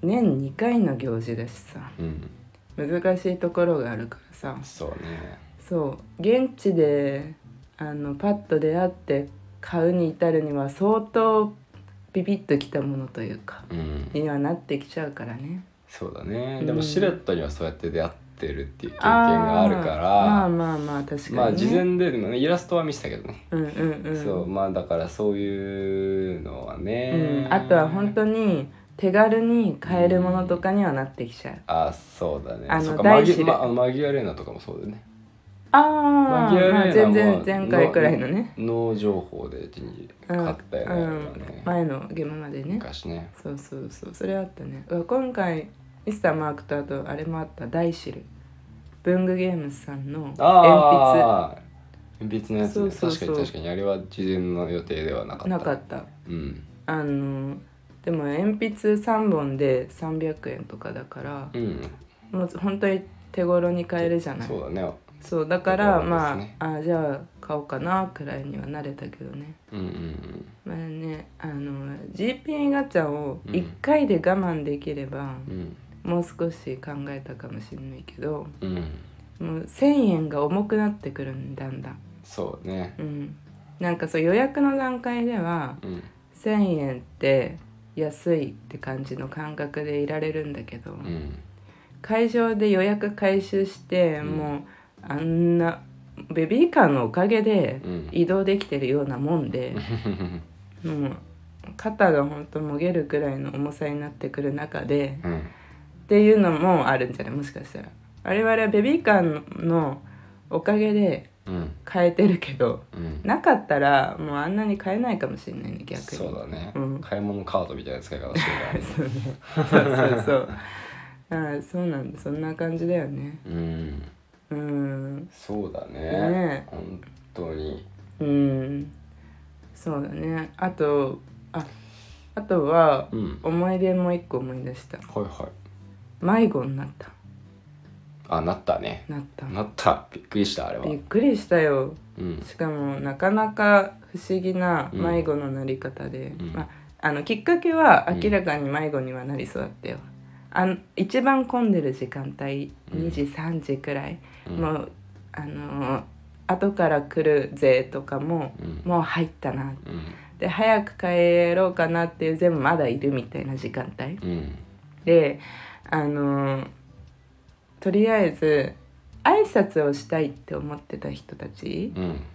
Speaker 1: ん
Speaker 2: 年2回の行事だしさ
Speaker 1: うん
Speaker 2: 難しいところがあるからさ
Speaker 1: そうね
Speaker 2: そう現地であのパッと出会って買うに至るには相当ビビッときたものというか
Speaker 1: うん
Speaker 2: にはなってきちゃうからね
Speaker 1: そうだね、
Speaker 2: うん
Speaker 1: でもシレットにはそうやって出会ってるっていう経験が
Speaker 2: あ
Speaker 1: あ
Speaker 2: ー
Speaker 1: るから
Speaker 2: まあまあまあ確かに、ね、
Speaker 1: まあ事前でのねイラストは見せたけどね、
Speaker 2: うんうんうん
Speaker 1: そうまあだからそういうのはね、
Speaker 2: うん、あとは本当に手軽に買えるものとかにはなってきちゃう、
Speaker 1: あそうだね
Speaker 2: あの
Speaker 1: そっかマ
Speaker 2: 大
Speaker 1: ギ,、
Speaker 2: シレ
Speaker 1: ま、あのマギアレーナとかもそうだよね
Speaker 2: あ
Speaker 1: マ
Speaker 2: あ、
Speaker 1: ギアレーナ
Speaker 2: ま
Speaker 1: は
Speaker 2: あ、全然前回くらいのね
Speaker 1: 脳情報で手に買ったよね、あれはね
Speaker 2: 前のゲームまでね
Speaker 1: 昔ね
Speaker 2: そうそうそうそれあったねうわ今回ミスターマークとあとあれもあった大シル文具ゲームズさんの鉛筆
Speaker 1: ああ鉛筆のやつね
Speaker 2: そうそうそ
Speaker 1: 確
Speaker 2: う
Speaker 1: かに確かにあれは事前の予定ではなかった
Speaker 2: なかった
Speaker 1: うん
Speaker 2: あのでも鉛筆3本で300円とかだから
Speaker 1: う、ん
Speaker 2: もう本当に手頃に買えるじゃない
Speaker 1: そうだね
Speaker 2: そうだから
Speaker 1: ところ
Speaker 2: ま
Speaker 1: ですね
Speaker 2: ああじゃあ買おうかなくらいには慣れたけどね
Speaker 1: うんうんうん
Speaker 2: まあねあの GP ガチャを1回で我慢できれば、
Speaker 1: うん
Speaker 2: もう少し考えたかもしれないけど
Speaker 1: うん
Speaker 2: もう1,000円が重くなってくるんだんだん、
Speaker 1: そうね
Speaker 2: うん、なんかそう予約の段階では
Speaker 1: うん
Speaker 2: 1,000円って安いって感じの感覚でいられるんだけど、
Speaker 1: うん
Speaker 2: 会場で予約回収して、
Speaker 1: うん
Speaker 2: もうあんなベビーカーのおかげで、
Speaker 1: うん
Speaker 2: 移動できてるようなもんで、もう肩がほんともげるくらいの重さになってくる中で
Speaker 1: うん
Speaker 2: っていうのもあるんじゃないもしかしたら我々はベビーカーのおかげで
Speaker 1: うん
Speaker 2: 変えてるけど
Speaker 1: うん
Speaker 2: なかったらもうあんなに変えないかもしれないね逆に
Speaker 1: そうだね、
Speaker 2: うん
Speaker 1: 買い物カートみたいな使い方してる
Speaker 2: (laughs)
Speaker 1: からね
Speaker 2: そうねそうそうそうああそうなんだそんな感じだよね
Speaker 1: うん
Speaker 2: うん
Speaker 1: そうだね
Speaker 2: ね
Speaker 1: 本当に
Speaker 2: うんそうだねあとああとは
Speaker 1: うん
Speaker 2: 思い出も一個思い出した
Speaker 1: はいはい
Speaker 2: 迷子になった
Speaker 1: あなったね
Speaker 2: なった
Speaker 1: なったびっくりしたあれは
Speaker 2: びっくりしたよ
Speaker 1: うん
Speaker 2: しかもなかなか不思議な迷子のなり方で、
Speaker 1: うん
Speaker 2: まあ、あのきっかけは
Speaker 1: うん
Speaker 2: 明らかに迷子にはなりそうだったよ、あの一番混んでる時間帯
Speaker 1: うん
Speaker 2: 2時3時くらい、
Speaker 1: うん
Speaker 2: もうあのー後から来るぜとかも
Speaker 1: うん
Speaker 2: もう入った
Speaker 1: う
Speaker 2: な
Speaker 1: ん
Speaker 2: で早く帰ろうかなっていう全部まだいるみたいな時間帯
Speaker 1: うん
Speaker 2: であのとりあえず挨拶をしたいって思ってた人たち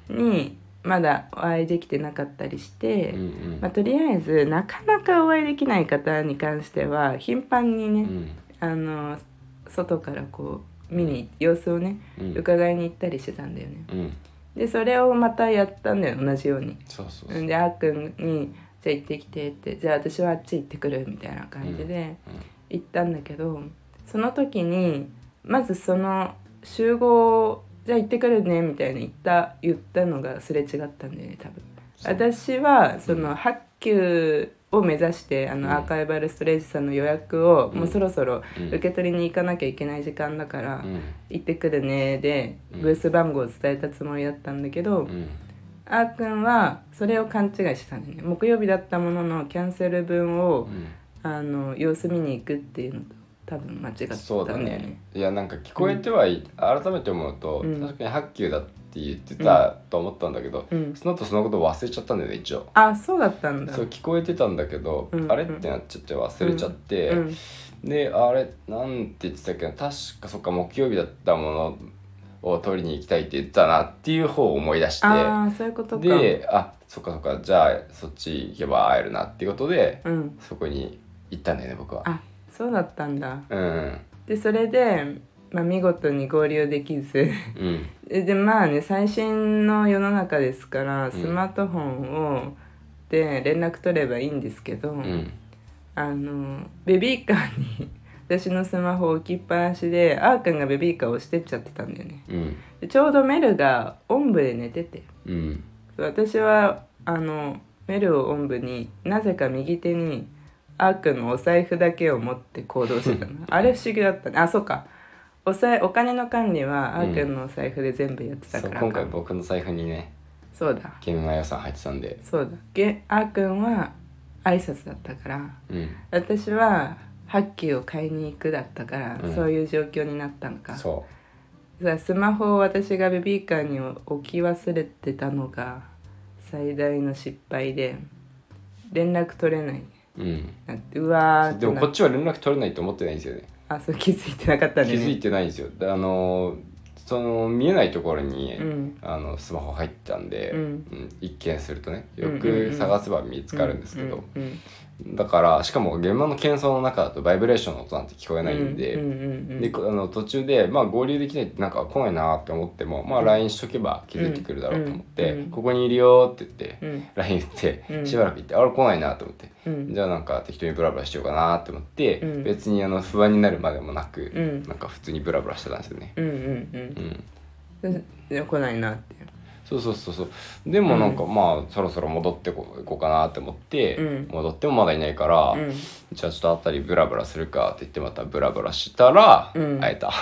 Speaker 1: うん
Speaker 2: にまだお会いできてなかったりし
Speaker 1: う
Speaker 2: て、
Speaker 1: んうん
Speaker 2: まあ、とりあえずなかなかお会いできない方に関しては頻繁にね、
Speaker 1: うん
Speaker 2: あの外からこう見に様子をね
Speaker 1: うん
Speaker 2: 伺いに行ったりしてたんだよね
Speaker 1: うん
Speaker 2: でそれをまたやったんだよ同じように
Speaker 1: そうそうそう
Speaker 2: うんであっくんに「じゃあ行ってきて」って「じゃあ私はあっち行ってくる」みたいな感じで行ったんだけどその時にまずその集合じゃあ行ってくるねみたいに言った言ったのがすれ違ったんだよね多分私はその発給を目指してあ
Speaker 1: うん
Speaker 2: のアーカイバルストレージさんの予約を
Speaker 1: うん
Speaker 2: もうそろそろ
Speaker 1: うん
Speaker 2: 受け取りに行かなきゃいけない時間だから
Speaker 1: うん
Speaker 2: 行ってくるねで
Speaker 1: うん
Speaker 2: ブース番号を伝えたつもりだったんだけど
Speaker 1: うん
Speaker 2: あーくんはそれを勘違いしてたんだよね木曜日だったもののキャンセル分をあの様子見に行くっていうのと多分間違ったんだよね
Speaker 1: そうだねいやなんか聞こえてはいい改めて思うと
Speaker 2: うん
Speaker 1: 確かに白球だって言ってたと思ったんだけど
Speaker 2: うん
Speaker 1: その後そのこと忘れちゃったんだよね一応
Speaker 2: あそうだったんだ
Speaker 1: そう聞こえてたんだけど
Speaker 2: うん
Speaker 1: あれってなっちゃって忘れちゃって
Speaker 2: うん
Speaker 1: であれなんて言ってたっけな確かそっか木曜日だったものを取りに行きたいって言ってたなっていう方を思い出して
Speaker 2: ああそういうことか
Speaker 1: であそっかそっかじゃあそっち行けば会えるなっていうことで
Speaker 2: うん
Speaker 1: そこに行ったんだよね僕は
Speaker 2: あそうだったんだ
Speaker 1: うん
Speaker 2: でそれで、まあ、見事に合流できず (laughs)
Speaker 1: うん
Speaker 2: ででまあね最新の世の中ですからスマートフォンを、で連絡取ればいいんですけど、
Speaker 1: うん
Speaker 2: あのベビーカーに (laughs) 私のスマホを置きっぱなしであーくんがベビーカーを押してっちゃってたんだよね
Speaker 1: うん
Speaker 2: でちょうどメルがおんぶで寝てて
Speaker 1: うん
Speaker 2: 私はあのメルをおんぶになぜか右手にあーくんのお財布だけを持って行動してたの
Speaker 1: (laughs)
Speaker 2: あれ不思議だったねあそうかおさいお金の管理はあーくんのお財布で全部やって
Speaker 1: そ
Speaker 2: たか
Speaker 1: う
Speaker 2: ら
Speaker 1: 今回僕の財布にね
Speaker 2: そうだ
Speaker 1: ゲームマ予算入ってたんで
Speaker 2: そうだげあーくんは挨拶だったから
Speaker 1: うん
Speaker 2: 私はハッキーを買いに行くだったから、
Speaker 1: うん
Speaker 2: そういう状況になったのか
Speaker 1: そ
Speaker 2: さスマホを私がベビーカーに置き忘れてたのが最大の失敗で連絡取れない
Speaker 1: うんうん
Speaker 2: なってうわーって
Speaker 1: でも
Speaker 2: な
Speaker 1: こっちは連絡取れないと思ってないんですよね
Speaker 2: あそう気づいてなかったん
Speaker 1: 気
Speaker 2: で、ね、
Speaker 1: づいてないんですよであのその見えないところに、
Speaker 2: うん
Speaker 1: あのスマホ入ってたんで、
Speaker 2: うん
Speaker 1: ん一見するとねよ
Speaker 2: うんうんう
Speaker 1: く
Speaker 2: ん
Speaker 1: 探せば見つかるんですけど、
Speaker 2: うんうん
Speaker 1: だからしかも現場の喧騒の中だとバイブレーションの音なんて聞こえ
Speaker 2: うん
Speaker 1: ないんで,、
Speaker 2: うんうんうん
Speaker 1: でこあの途中で、まあ、合流できないってなんか来ないなって思っても、まあ、
Speaker 2: うん
Speaker 1: LINE しとけば気づいてくるだろうと思って「
Speaker 2: うんうん
Speaker 1: ここにいるよ」って言って、
Speaker 2: うん
Speaker 1: LINE 言って、
Speaker 2: うん
Speaker 1: しばらく行って「あれ来ないな」と思って。
Speaker 2: うん
Speaker 1: じゃあなんか適当にブラブラしようかなって思って、
Speaker 2: うん
Speaker 1: 別にあの不安になるまでもなく、
Speaker 2: うん
Speaker 1: なんか普通にブラブラしてたんですよね。
Speaker 2: うんうん
Speaker 1: うん、
Speaker 2: うんで来ないなって
Speaker 1: そうそうそうそうでもなんか、まあそろそろ戻ってこ行こうかなって思って、
Speaker 2: うん
Speaker 1: 戻ってもまだいないから、
Speaker 2: うん
Speaker 1: じゃあちょっとあたりブラブラするかって言ってまたブラブラしたら、
Speaker 2: うん
Speaker 1: 会えた。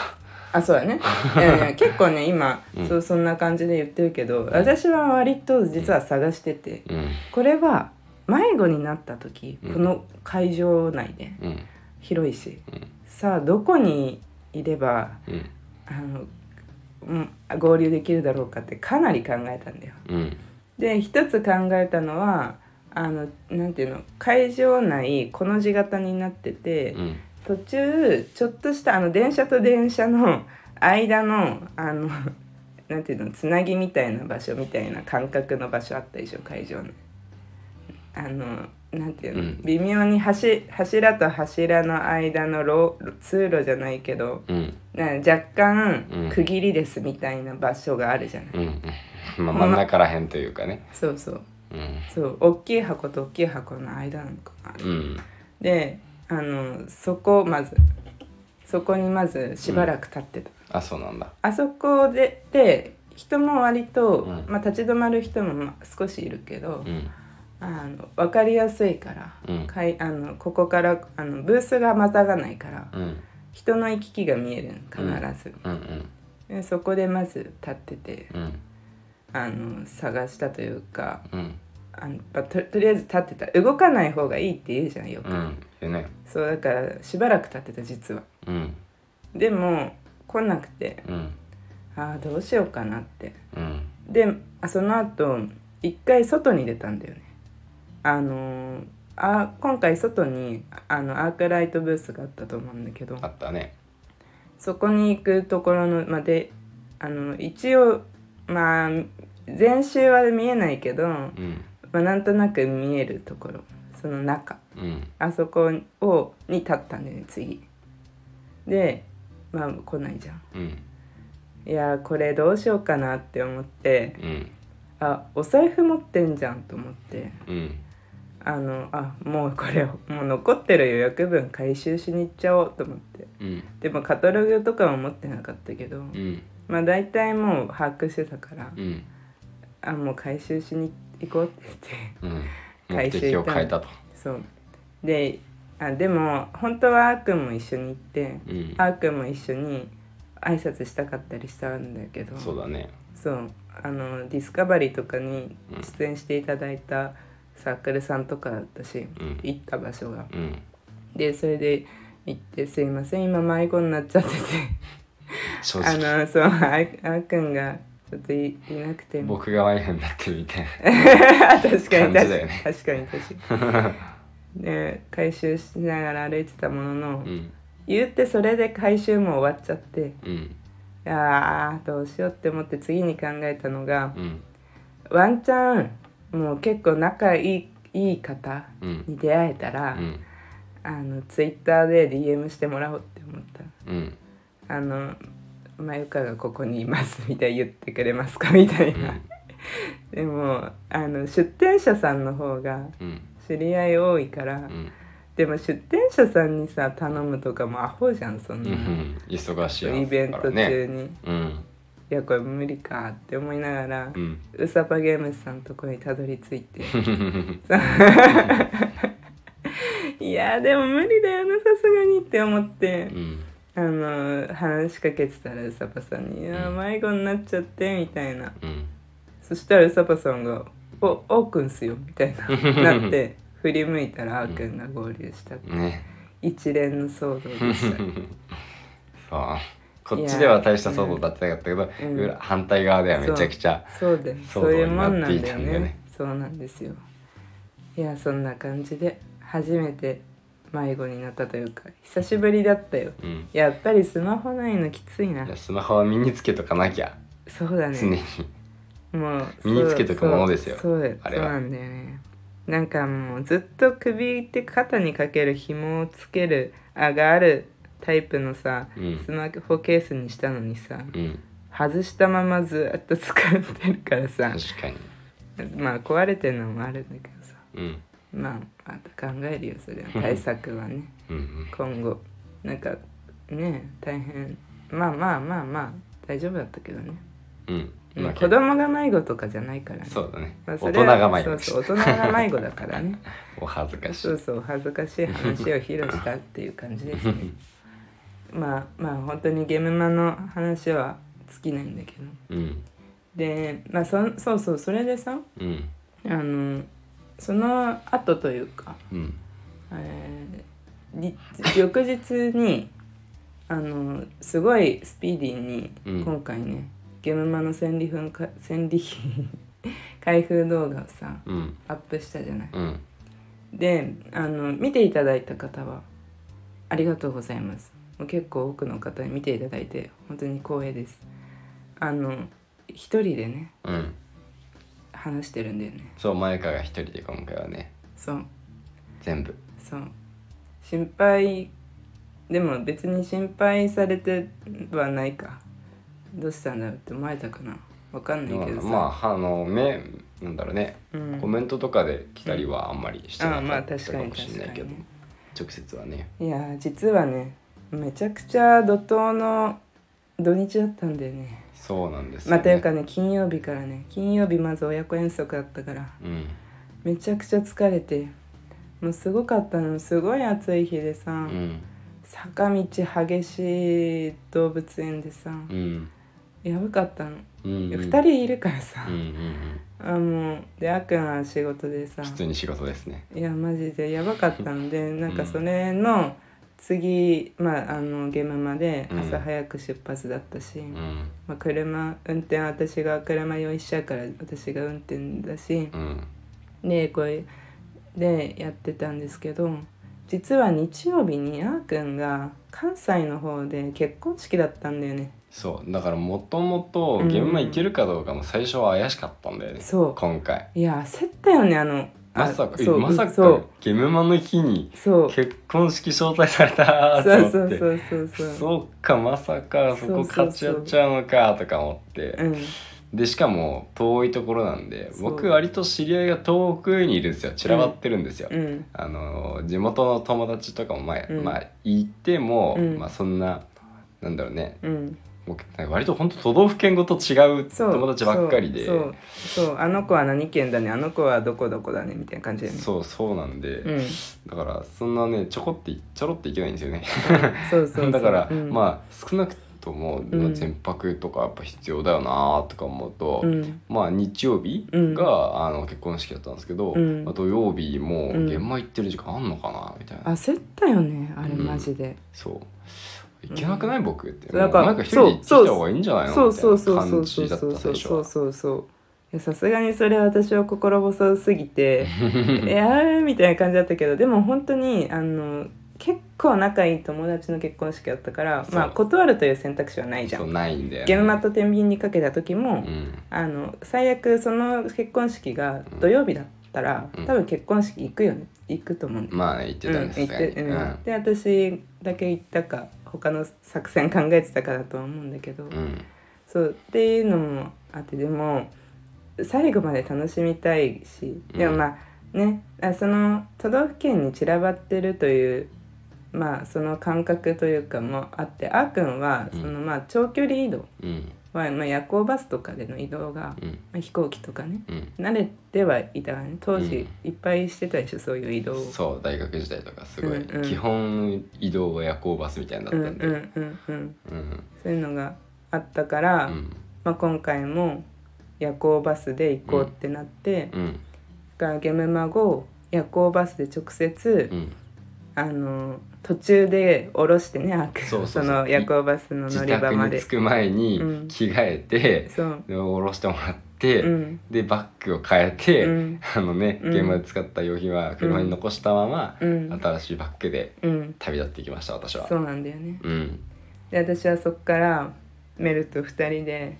Speaker 2: あそうだねいや
Speaker 1: (laughs)
Speaker 2: いや結構ね今、
Speaker 1: うん
Speaker 2: そうそんな感じで言ってるけど私は割と実は探してて、
Speaker 1: うん
Speaker 2: これは迷子になった時、
Speaker 1: うん
Speaker 2: この会場内で
Speaker 1: うん
Speaker 2: 広いし、
Speaker 1: うん
Speaker 2: さあどこにいれば
Speaker 1: うん
Speaker 2: あの、うん、合流できるだろうかってかなり考えたんだよ。
Speaker 1: うん
Speaker 2: で一つ考えたのはあのなんていうの会場内この字型になってて、
Speaker 1: うん
Speaker 2: 途中ちょっとしたあの電車と電車の間のあのなんていうのつなぎみたいな場所みたいな感覚の場所あったでしょ会場の。あのなんていうの、
Speaker 1: うん
Speaker 2: 微妙に橋柱と柱の間の路通路じゃないけど
Speaker 1: うん
Speaker 2: な若干
Speaker 1: うん
Speaker 2: 区切りですみたいな場所があるじゃない、
Speaker 1: うんうんまあ真ん中らへんというかね。
Speaker 2: そうそう
Speaker 1: うん
Speaker 2: そう大きい箱と大きい箱の間なのかな、
Speaker 1: うん
Speaker 2: であのそこまずそこにまずしばらく立ってた、
Speaker 1: あそうなんだ。
Speaker 2: あそこでで人も割と、
Speaker 1: うん
Speaker 2: まあ、立ち止まる人もまあ少しいるけど、
Speaker 1: うん
Speaker 2: あの分かりやすいから、
Speaker 1: うん
Speaker 2: かいあのここからあのブースがまたがないから、
Speaker 1: うん
Speaker 2: 人の行き来が見える必ず、
Speaker 1: うんうん
Speaker 2: でそこでまず立ってて
Speaker 1: うん
Speaker 2: あの探したというか
Speaker 1: うん
Speaker 2: あの、まあととりあえず立ってた動かない方がいいって言うじゃんよく、
Speaker 1: うんでね
Speaker 2: そうだからしばらく立ってた実は
Speaker 1: うん
Speaker 2: でも来なくて
Speaker 1: うん
Speaker 2: ああどうしようかなって
Speaker 1: うん
Speaker 2: であその後一回外に出たんだよねあのーあ今回外にあのアークライトブースがあったと思うんだけど
Speaker 1: あったね。
Speaker 2: そこに行くところのまあであの一応まあ全周は見えないけど、ま
Speaker 1: うん
Speaker 2: あ、なんとなく見えるところその中
Speaker 1: うん
Speaker 2: あそこをに立ったんだよね次でまあ来ないじゃん
Speaker 1: うん
Speaker 2: いやーこれどうしようかなって思って
Speaker 1: うん
Speaker 2: あお財布持ってんじゃんと思って
Speaker 1: うん
Speaker 2: あのあもうこれもう残ってる予約分回収しに行っちゃおうと思って
Speaker 1: うん
Speaker 2: でもカタログとかは持ってなかったけど、
Speaker 1: うん
Speaker 2: まあ大体もう把握してたから、
Speaker 1: うん
Speaker 2: あもう回収しに行こうって言って (laughs)
Speaker 1: うん目
Speaker 2: 回収
Speaker 1: 的を変えたと
Speaker 2: そうであでも本当はあーくんも一緒に行って
Speaker 1: うん
Speaker 2: あーくんも一緒に挨拶したかったりしたんだけど
Speaker 1: そうだね
Speaker 2: そうあのディスカバリーとかに出演していただいたサークルさんとかだったし、
Speaker 1: うん
Speaker 2: 行った場所が
Speaker 1: うん
Speaker 2: でそれで行って「すいません今迷子になっちゃってて
Speaker 1: 正
Speaker 2: あ
Speaker 1: 直
Speaker 2: のそうあーあーくんがちょっといいなくて
Speaker 1: 僕がワイフになってるみたいな
Speaker 2: (laughs) 確か
Speaker 1: 感
Speaker 2: に確かに
Speaker 1: じだよね
Speaker 2: 確かに確か
Speaker 1: (laughs)
Speaker 2: にで回収しながら歩いてたものの、
Speaker 1: うん
Speaker 2: 言ってそれで回収も終わっちゃって
Speaker 1: うん
Speaker 2: あーどうしようって思って次に考えたのが、
Speaker 1: うん
Speaker 2: ワンチャンもう結構仲いいいい方
Speaker 1: うん
Speaker 2: に出会えたら、
Speaker 1: うん
Speaker 2: あのツイッターで DM してもらおうって思っ
Speaker 1: うん
Speaker 2: たあの「まゆかがここにいます」みたいに言ってくれますかみたいな、でもあの出店者さんの方が
Speaker 1: うん
Speaker 2: 知り合い多いから、
Speaker 1: うん
Speaker 2: でも出店者さんにさ頼むとかもアホじゃんそん
Speaker 1: う
Speaker 2: な、
Speaker 1: ん忙しいやつだからね
Speaker 2: イベント中に。
Speaker 1: うん
Speaker 2: いやこれ無理かって思いながら、
Speaker 1: うん
Speaker 2: ウサパゲームズさんのとこにたどり着いて (laughs) いやでも無理だよなさすがにって思って
Speaker 1: う、ん
Speaker 2: あの話しかけてたらウサパさんに「いや
Speaker 1: うん
Speaker 2: 迷子になっちゃって」みたいな
Speaker 1: うん
Speaker 2: そしたらウサパさんが「おあーくんっすよ」みたい
Speaker 1: (laughs)
Speaker 2: ななって振り向いたらあーくんが合流した、
Speaker 1: ね
Speaker 2: 一連の騒動
Speaker 1: (laughs)
Speaker 2: でした
Speaker 1: そうこっちでは大した騒動だってなかったけど、
Speaker 2: うん
Speaker 1: 裏反対側ではめちゃくちゃ
Speaker 2: そうだよ
Speaker 1: 騒
Speaker 2: そう
Speaker 1: 動
Speaker 2: いう
Speaker 1: に
Speaker 2: も
Speaker 1: なんっ
Speaker 2: な
Speaker 1: てい
Speaker 2: んだ
Speaker 1: た
Speaker 2: よ
Speaker 1: ん
Speaker 2: ね
Speaker 1: だよね
Speaker 2: そうなんですよいやそんな感じで初めて迷子になったというか久しぶりだったよ
Speaker 1: うん
Speaker 2: やっぱりスマホないのきついない
Speaker 1: やスマホは身につけとかなきゃ
Speaker 2: そうだ
Speaker 1: 常に
Speaker 2: ねもう
Speaker 1: 身につけとくものですよ
Speaker 2: そうそう
Speaker 1: あれは
Speaker 2: そうなんだよねなんかもうずっと首って肩にかける紐をつけるあがあるタイプのさ、
Speaker 1: うん
Speaker 2: スマホケースにしたのにさ
Speaker 1: うん
Speaker 2: 外したままずっと使ってるからさ
Speaker 1: 確かに
Speaker 2: まあ壊れてるのもあるんだけどさ
Speaker 1: うん
Speaker 2: まあまた考えるよそれは対策
Speaker 1: (laughs)
Speaker 2: はね
Speaker 1: うん
Speaker 2: 今後なんかね大変まあまあまあまあ大丈夫だったけどね、
Speaker 1: うん
Speaker 2: うん
Speaker 1: まあ
Speaker 2: 子供が迷子とかじゃないからね
Speaker 1: そうだね、
Speaker 2: まあそ
Speaker 1: 大
Speaker 2: れ
Speaker 1: 人
Speaker 2: は
Speaker 1: が迷惑
Speaker 2: そうそう大人が迷子だからね
Speaker 1: (laughs) お恥ずかしい
Speaker 2: そうそう恥ずかしい話を披露したっていう感じですね
Speaker 1: (laughs)
Speaker 2: まあまあ本当にゲームマの話は尽きないんだけど
Speaker 1: うん
Speaker 2: でまあそそうそうそれでさ
Speaker 1: うん
Speaker 2: あのその後というか
Speaker 1: うん
Speaker 2: えーり翌日にあのすごいスピーディー
Speaker 1: う
Speaker 2: に
Speaker 1: ん
Speaker 2: 今回ね、ゲームマの戦利品か戦利品 (laughs) 開封動画をさ
Speaker 1: うん
Speaker 2: アップしたじゃない。
Speaker 1: うん
Speaker 2: であの見ていただいた方はありがとうございます。もう結構多くの方に見ていただいて本当に光栄です。あの一人でね
Speaker 1: うん
Speaker 2: 話してるんだよね。
Speaker 1: そう前川が一人で今回はね
Speaker 2: そう
Speaker 1: 全部
Speaker 2: そう心配でも別に心配されてはないかどうしたんだろうって思えたかなわかんないけどさ、
Speaker 1: まああの目なんだろうね
Speaker 2: うん、
Speaker 1: コメントとかで来たりはあんまりしてな
Speaker 2: うんあま
Speaker 1: か
Speaker 2: あ
Speaker 1: った
Speaker 2: 確かに
Speaker 1: かもしれないけど
Speaker 2: 確かに
Speaker 1: 直接はね
Speaker 2: いやー実はねめちゃくちゃ怒涛の土日だったんだよね
Speaker 1: そうなんです
Speaker 2: まあというかね金曜日からね金曜日まず親子遠足だったから
Speaker 1: うん
Speaker 2: めちゃくちゃ疲れてもうすごかったのすごい暑い日でさ、
Speaker 1: うん
Speaker 2: 坂道激しい動物園でさ、
Speaker 1: うん
Speaker 2: やばかったの
Speaker 1: うん
Speaker 2: いや二人いるからさ、
Speaker 1: うんうんうん
Speaker 2: あもうであっくんは仕事でさ
Speaker 1: 普通に仕事ですね
Speaker 2: いやマジでやばかったのでなんかそれの次、まあ、あのゲームまで
Speaker 1: うん
Speaker 2: 朝早く出発だったし、
Speaker 1: うん
Speaker 2: まあ、車運転私が車用意しちゃうから私が運転だし
Speaker 1: うん
Speaker 2: でこれでやってたんですけど実は日曜日にあーくんが関西の方で結婚式だったんだよね
Speaker 1: そうだからもともと
Speaker 2: うん
Speaker 1: 現場行けるかどうかも最初は怪しかったんだよね
Speaker 2: そう
Speaker 1: 今回
Speaker 2: いや焦ったよねあの
Speaker 1: まさかえ
Speaker 2: そう
Speaker 1: まさか
Speaker 2: そう
Speaker 1: ゲムマの日に
Speaker 2: そう
Speaker 1: 結婚式招待された
Speaker 2: そう
Speaker 1: ーと
Speaker 2: そ
Speaker 1: 思っ
Speaker 2: う
Speaker 1: て
Speaker 2: そうそう
Speaker 1: そ
Speaker 2: そうう
Speaker 1: かまさかそこ買っちゃっちゃうのかとか思って
Speaker 2: うん
Speaker 1: でしかも遠いところなんで
Speaker 2: そう
Speaker 1: 僕割と知り合いが遠くにいるんですよ散らばってるんですよ、
Speaker 2: うん
Speaker 1: あの地元の友達とかもまあ、
Speaker 2: うん
Speaker 1: まあいても、
Speaker 2: うん
Speaker 1: まあそんななんだろうね
Speaker 2: うん
Speaker 1: 僕なんか割と本当都道府県ごと違う
Speaker 2: そう
Speaker 1: 友達ばっかりで
Speaker 2: そうそうそうあの子は何県だねあの子はどこどこだねみたいな感じだよね
Speaker 1: そうそうなんで、
Speaker 2: うん
Speaker 1: だからそんなねちょこってちょろっていけないんですよね
Speaker 2: そうそうそう
Speaker 1: だから、
Speaker 2: うん、
Speaker 1: まあ少なくとも、
Speaker 2: うん
Speaker 1: 全泊とかやっぱ必要だよなとか思うと、
Speaker 2: うん
Speaker 1: まあ日曜日が、
Speaker 2: うん
Speaker 1: あの結婚式だったんですけど、
Speaker 2: うん
Speaker 1: まあ、土曜日も
Speaker 2: うん
Speaker 1: 現場行ってる時間あんのかなみたいな、
Speaker 2: 焦ったよねあれ
Speaker 1: うん
Speaker 2: マジで、
Speaker 1: そう行けなくない、僕って
Speaker 2: なん
Speaker 1: も
Speaker 2: か
Speaker 1: うなんか一人で行ってきた方がいいんじゃないの
Speaker 2: そうそう
Speaker 1: みたい
Speaker 2: そう
Speaker 1: な
Speaker 2: そ
Speaker 1: 感
Speaker 2: う
Speaker 1: じ
Speaker 2: そう
Speaker 1: だっ
Speaker 2: そ
Speaker 1: た
Speaker 2: うそ
Speaker 1: 最
Speaker 2: う
Speaker 1: 初
Speaker 2: そう
Speaker 1: は
Speaker 2: そうそういやさすがにそれは私は心細す
Speaker 1: (laughs)
Speaker 2: ぎてえあーみたいな感じだったけどでも本当にあの結構仲いい友達の結婚式だったから
Speaker 1: そう
Speaker 2: まあ断るという選択肢はないじゃ
Speaker 1: そうんないんだよ、ね、
Speaker 2: 現場と天秤にかけた時も、
Speaker 1: うん
Speaker 2: あの最悪その結婚式が土曜日だったら、
Speaker 1: うん
Speaker 2: 多分結婚式行くよね行くと思うんだよ
Speaker 1: まあね言ってたんです
Speaker 2: うん行って
Speaker 1: ね
Speaker 2: うんで私だけ行ったか他の作戦考えてたかだとは思うんだけど、
Speaker 1: うんうん
Speaker 2: そうっていうのもあってでも最後まで楽しみたいしでもまあねあその都道府県に散らばってるというまあその感覚というかもあってあーくんはそのまあ長距離移動
Speaker 1: うん
Speaker 2: は、まあ、夜行バスとかでの移動が、
Speaker 1: うん
Speaker 2: まあ、飛行機とかね
Speaker 1: うん
Speaker 2: 慣れてはいたがね当時いっぱいしてたでしょ、そういう移動を
Speaker 1: そう大学時代とかすごい、
Speaker 2: うんうん
Speaker 1: 基本移動は夜行バスみたいなの
Speaker 2: う
Speaker 1: だっ
Speaker 2: んう
Speaker 1: たんで、
Speaker 2: んうんうん
Speaker 1: うん
Speaker 2: そういうのがあったから、
Speaker 1: うん
Speaker 2: まあ、今回も夜行バスで行こうってなって、
Speaker 1: うん
Speaker 2: がゲムマゴ夜行バスで直接、
Speaker 1: うん
Speaker 2: あの途中で降ろしてねあく
Speaker 1: そうそうそう
Speaker 2: の夜行バスの乗
Speaker 1: 自
Speaker 2: り場
Speaker 1: 宅
Speaker 2: ま
Speaker 1: に
Speaker 2: で
Speaker 1: 着く前に
Speaker 2: うん
Speaker 1: 着替えて、
Speaker 2: そう、
Speaker 1: で下ろしてもらって、
Speaker 2: うん
Speaker 1: でバッグを変えて、
Speaker 2: うん
Speaker 1: あのね
Speaker 2: うん
Speaker 1: 現場で使った用品は車に残したまま、
Speaker 2: うん
Speaker 1: 新しいバッグで
Speaker 2: うん、
Speaker 1: 旅立ってきました私は
Speaker 2: そうなんだよね
Speaker 1: うん
Speaker 2: で私はそっからメルと2人で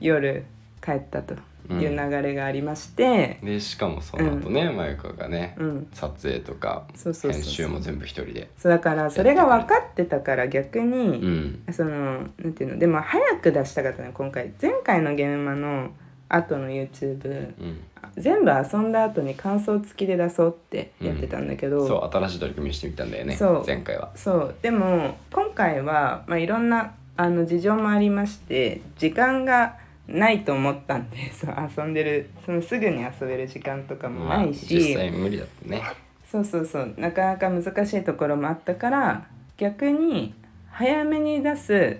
Speaker 2: 夜帰ったという流れがありまして、
Speaker 1: でしかもその後ね、マユカがね、
Speaker 2: うん
Speaker 1: 撮影とか
Speaker 2: そうそうそ
Speaker 1: 編
Speaker 2: うそ
Speaker 1: 集
Speaker 2: う
Speaker 1: も全部一人で
Speaker 2: そうだからそれが分かってたから逆
Speaker 1: う
Speaker 2: に、
Speaker 1: ん
Speaker 2: そのなんていうのでも早く出したかったね今回前回の「ゲームマ」の後の YouTube
Speaker 1: うん
Speaker 2: 全部遊んだ後に感想付きで出そうってやってたんだけど、
Speaker 1: そう新しい取り組みしてみたんだよね
Speaker 2: そう
Speaker 1: 前回は
Speaker 2: そうでも今回は、まあ、いろんなあの事情もありまして時間がないと思ったんでそう遊んでる (laughs) そのすぐに遊べる時間とかも
Speaker 1: ま
Speaker 2: な
Speaker 1: あ
Speaker 2: い
Speaker 1: 実
Speaker 2: し、
Speaker 1: 際無理だったね
Speaker 2: そうそうそうなかなか難しいところもあったから逆に早めに出す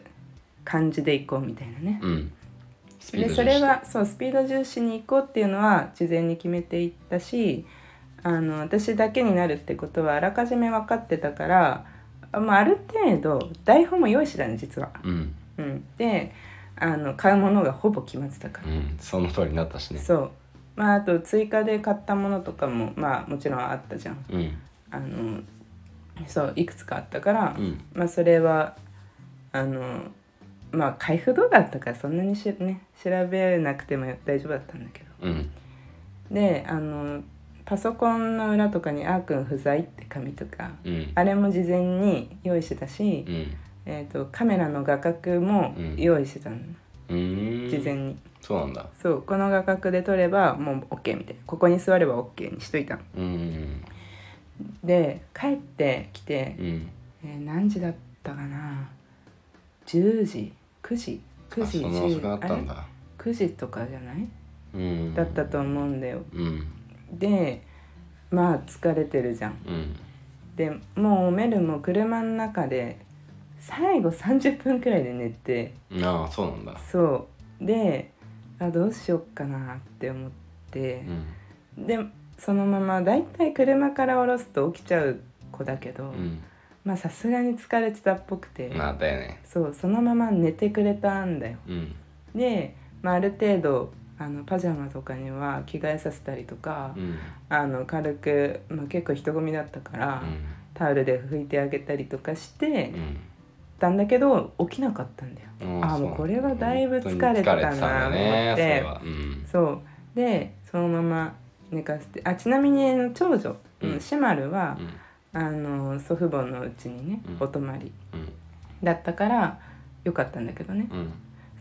Speaker 2: 感じでいこうみたいなね。
Speaker 1: うんス
Speaker 2: で
Speaker 1: 重視
Speaker 2: それはそうスピード重視に行こうっていうのは事前に決めていったしあの私だけになるってことはあらかじめ分かってたからあ,、まあ、ある程度台本も用意してたね実は。
Speaker 1: うん
Speaker 2: うん、であの買うものがほぼ決まってたから、
Speaker 1: うんその通りになったしね
Speaker 2: そう、まあ、あと追加で買ったものとかも、まあ、もちろんあったじゃん
Speaker 1: うん
Speaker 2: あのそういくつかあったから、
Speaker 1: うん
Speaker 2: まあ、それはあのまあ開封動画だったからそんなにし、ね、調べなくても大丈夫だったんだけど
Speaker 1: うん
Speaker 2: であのパソコンの裏とかに「あーくん不在」って紙とか
Speaker 1: うん
Speaker 2: あれも事前に用意してたし、
Speaker 1: うん
Speaker 2: えー、とカメラの画角も用意してたの、
Speaker 1: うーん
Speaker 2: 事前に、
Speaker 1: そうなんだ
Speaker 2: そうこの画角で撮ればもう OK みたいなここに座れば OK にしといたの
Speaker 1: うん
Speaker 2: で帰ってきて
Speaker 1: うん
Speaker 2: えー何時だったかな10時9時9
Speaker 1: あ
Speaker 2: 時
Speaker 1: そんな遅くなったん
Speaker 2: あ
Speaker 1: だ
Speaker 2: れ9時とかじゃない
Speaker 1: うん
Speaker 2: だったと思うんだよ
Speaker 1: うん
Speaker 2: でまあ疲れてるじゃん
Speaker 1: うん
Speaker 2: でもうメルも車の中で最後30分くらいで寝て
Speaker 1: ああそうなんだ
Speaker 2: そうであどうしよっかなって思って
Speaker 1: う、ん
Speaker 2: でそのままだいたい車から降ろすと起きちゃう子だけど、
Speaker 1: うん
Speaker 2: まあさすがに疲れてたっぽくて、
Speaker 1: まあだよね
Speaker 2: そうそのまま寝てくれたんだよ
Speaker 1: うん
Speaker 2: で、まあ、ある程度あのパジャマとかには着替えさせたりとか、
Speaker 1: うん
Speaker 2: あの軽く、まあ、結構人混みだったから、
Speaker 1: うん
Speaker 2: タオルで拭いてあげたりとかして
Speaker 1: うん
Speaker 2: たんだけど起きなかったんだよ。
Speaker 1: あ
Speaker 2: あもうこれはだいぶ疲れてたなと思
Speaker 1: ね
Speaker 2: って
Speaker 1: それはうん
Speaker 2: そうでそのまま寝かせてあちなみにあの長女、
Speaker 1: うん
Speaker 2: うんシェマルは
Speaker 1: う、ん
Speaker 2: あの祖父母のうちにね、
Speaker 1: うん
Speaker 2: お泊まり
Speaker 1: うん
Speaker 2: だったからよかったんだけどね
Speaker 1: うん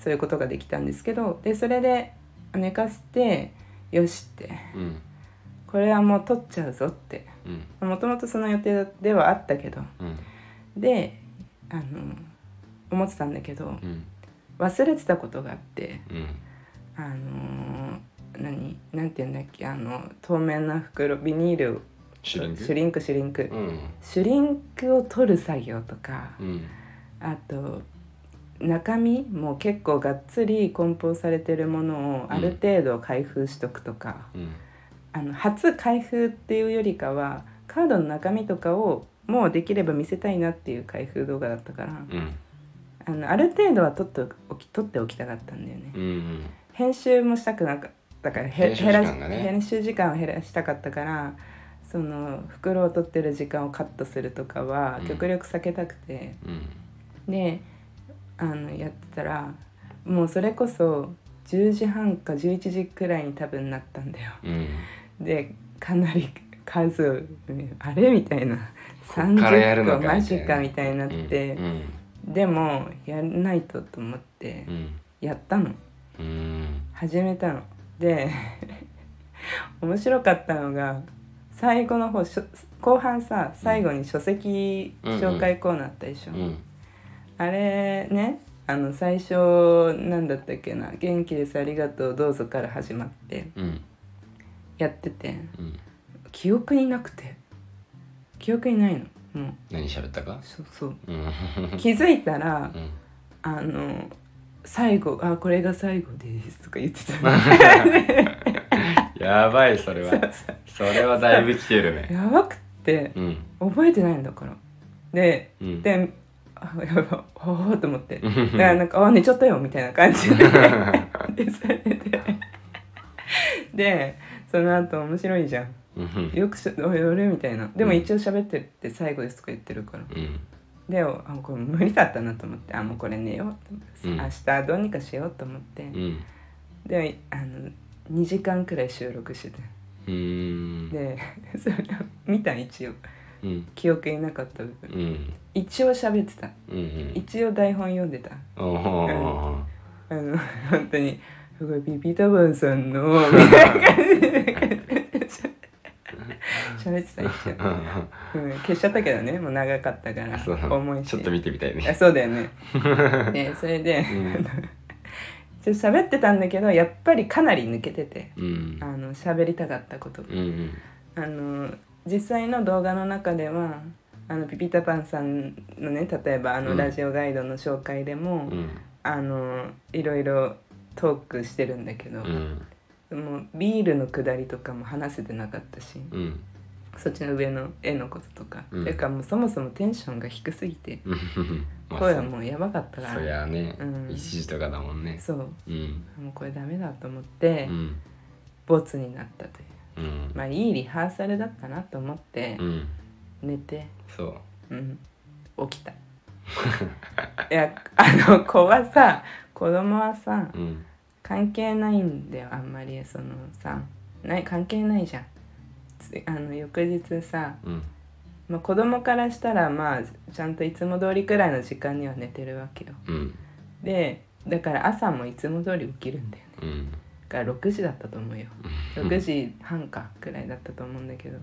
Speaker 2: そういうことができたんですけどでそれで寝かせてよしって
Speaker 1: うん
Speaker 2: これはもう取っちゃうぞって
Speaker 1: うん
Speaker 2: もともとその予定ではあったけど
Speaker 1: うん
Speaker 2: であの思ってたんだけど
Speaker 1: うん
Speaker 2: 忘れてたことがあって
Speaker 1: うん
Speaker 2: あの何なんて言うんだっけあの透明な袋ビニールを
Speaker 1: シュリンク
Speaker 2: シュリンクシュリンク
Speaker 1: うん
Speaker 2: シュリンクを取る作業とか
Speaker 1: うん
Speaker 2: あと中身も結構がっつり梱包されてるものをある程度開封しとくとか、
Speaker 1: うん
Speaker 2: あの初開封っていうよりかはカードの中身とかをもうできれば見せたいなっていう開封動画だったから、
Speaker 1: うん
Speaker 2: あのある程度は撮っておき撮っておきたかったんだよね。
Speaker 1: うん
Speaker 2: 編集もしたくなかったからへ
Speaker 1: 編集時間が
Speaker 2: 減
Speaker 1: ね
Speaker 2: らし編集時間を減らしたかったからその袋を取ってる時間をカットするとかは
Speaker 1: うん
Speaker 2: 極力避けたくて、
Speaker 1: うん
Speaker 2: であのやってたらもうそれこそ10時半か11時くらいに多分なったんだよ。
Speaker 1: うん
Speaker 2: でかなり数をあれみたいな
Speaker 1: こっからやる
Speaker 2: 個
Speaker 1: のか
Speaker 2: マ
Speaker 1: みた
Speaker 2: ジ
Speaker 1: いな
Speaker 2: かみたいになって、
Speaker 1: うん
Speaker 2: でもやらないとと思って
Speaker 1: うん
Speaker 2: やったの
Speaker 1: うん
Speaker 2: 始めたの。で (laughs) 面白かったのが最後の方しょ後半さ最後に書籍紹介コーナーあったでしょ。
Speaker 1: うん
Speaker 2: あれねあの最初なんだったっけな「元気ですありがとうどうぞ」から始まって
Speaker 1: うん
Speaker 2: やってて
Speaker 1: うん
Speaker 2: 記憶になくて記憶にないのもう
Speaker 1: 何喋ったか
Speaker 2: そうそう
Speaker 1: うん
Speaker 2: 気づいたら
Speaker 1: うん
Speaker 2: あの最後「あこれが最後です」とか言ってた
Speaker 1: (laughs) やばいそれ
Speaker 2: そう
Speaker 1: は
Speaker 2: そう
Speaker 1: それはだいぶ来てるね
Speaker 2: やばくって
Speaker 1: うん
Speaker 2: 覚えてないんだからで
Speaker 1: うん
Speaker 2: であやばおおと思って
Speaker 1: う
Speaker 2: だ
Speaker 1: ん
Speaker 2: からなんか「あ寝ちゃったよ」みたいな感じで。 (laughs) でそれででその後面白いじゃん
Speaker 1: うん
Speaker 2: よくしゃ「おい俺」みたいなでも
Speaker 1: うん
Speaker 2: 一応喋ってるって最後ですとか言ってるから
Speaker 1: うん
Speaker 2: であこれ無理だったなと思ってあもうこれ寝ようと思って、
Speaker 1: うん
Speaker 2: 明日どうにかしようと思って、
Speaker 1: うん
Speaker 2: であの2時間くらい収録してて
Speaker 1: うん
Speaker 2: で (laughs) それを見た一応
Speaker 1: うん
Speaker 2: 記憶になかった部分
Speaker 1: うん
Speaker 2: 一応喋ってた
Speaker 1: うん
Speaker 2: 一応台本読んでた
Speaker 1: おお
Speaker 2: あの本当に「すごいビビタバンさ
Speaker 1: (laughs)
Speaker 2: んの」みたいな感じで喋ってた一応、うん、消しちゃったけどねもう長かったから
Speaker 1: そう
Speaker 2: 重いし
Speaker 1: ちょっと見てみたい
Speaker 2: あ
Speaker 1: ね
Speaker 2: そうだよ
Speaker 1: (laughs)
Speaker 2: ねねそれで、
Speaker 1: ん
Speaker 2: ちょっと喋ってたんだけどやっぱりかなり抜けてて
Speaker 1: うん
Speaker 2: あの喋りたかったことが
Speaker 1: うん
Speaker 2: あの実際の動画の中ではあのピピタパンさんのね例えばあ
Speaker 1: う
Speaker 2: の
Speaker 1: ん
Speaker 2: ラジオガイドの紹介でも、
Speaker 1: うん
Speaker 2: あのいろいろトークしてるんだけど
Speaker 1: う、ん
Speaker 2: もうビールのくだりとかも話せてなかったし、
Speaker 1: うん
Speaker 2: そっちの上の絵のこととか、
Speaker 1: うん
Speaker 2: ていうかもうそもそもテンションが低すぎて声はもうやばかったから
Speaker 1: そりゃね
Speaker 2: うん
Speaker 1: 一時とかだもんね
Speaker 2: そう
Speaker 1: うん
Speaker 2: もうこれダメだと思って、
Speaker 1: うん
Speaker 2: ボツになったという
Speaker 1: うん
Speaker 2: まあいいリハーサルだったなと思って
Speaker 1: うん
Speaker 2: 寝て、
Speaker 1: そう
Speaker 2: うん、起きた (laughs) いやあの子はさ子供はさ
Speaker 1: うん
Speaker 2: 関係ないんだよあんまりそのさない関係ないじゃんつあの翌日さ、
Speaker 1: うん
Speaker 2: まあ、子供からしたらまあちゃんといつも通りくらいの時間には寝てるわけよ
Speaker 1: うん
Speaker 2: でだから朝もいつも通り起きるんだよね
Speaker 1: うん
Speaker 2: が6時だったと思うよ6時半かくらいだったと思うんだけど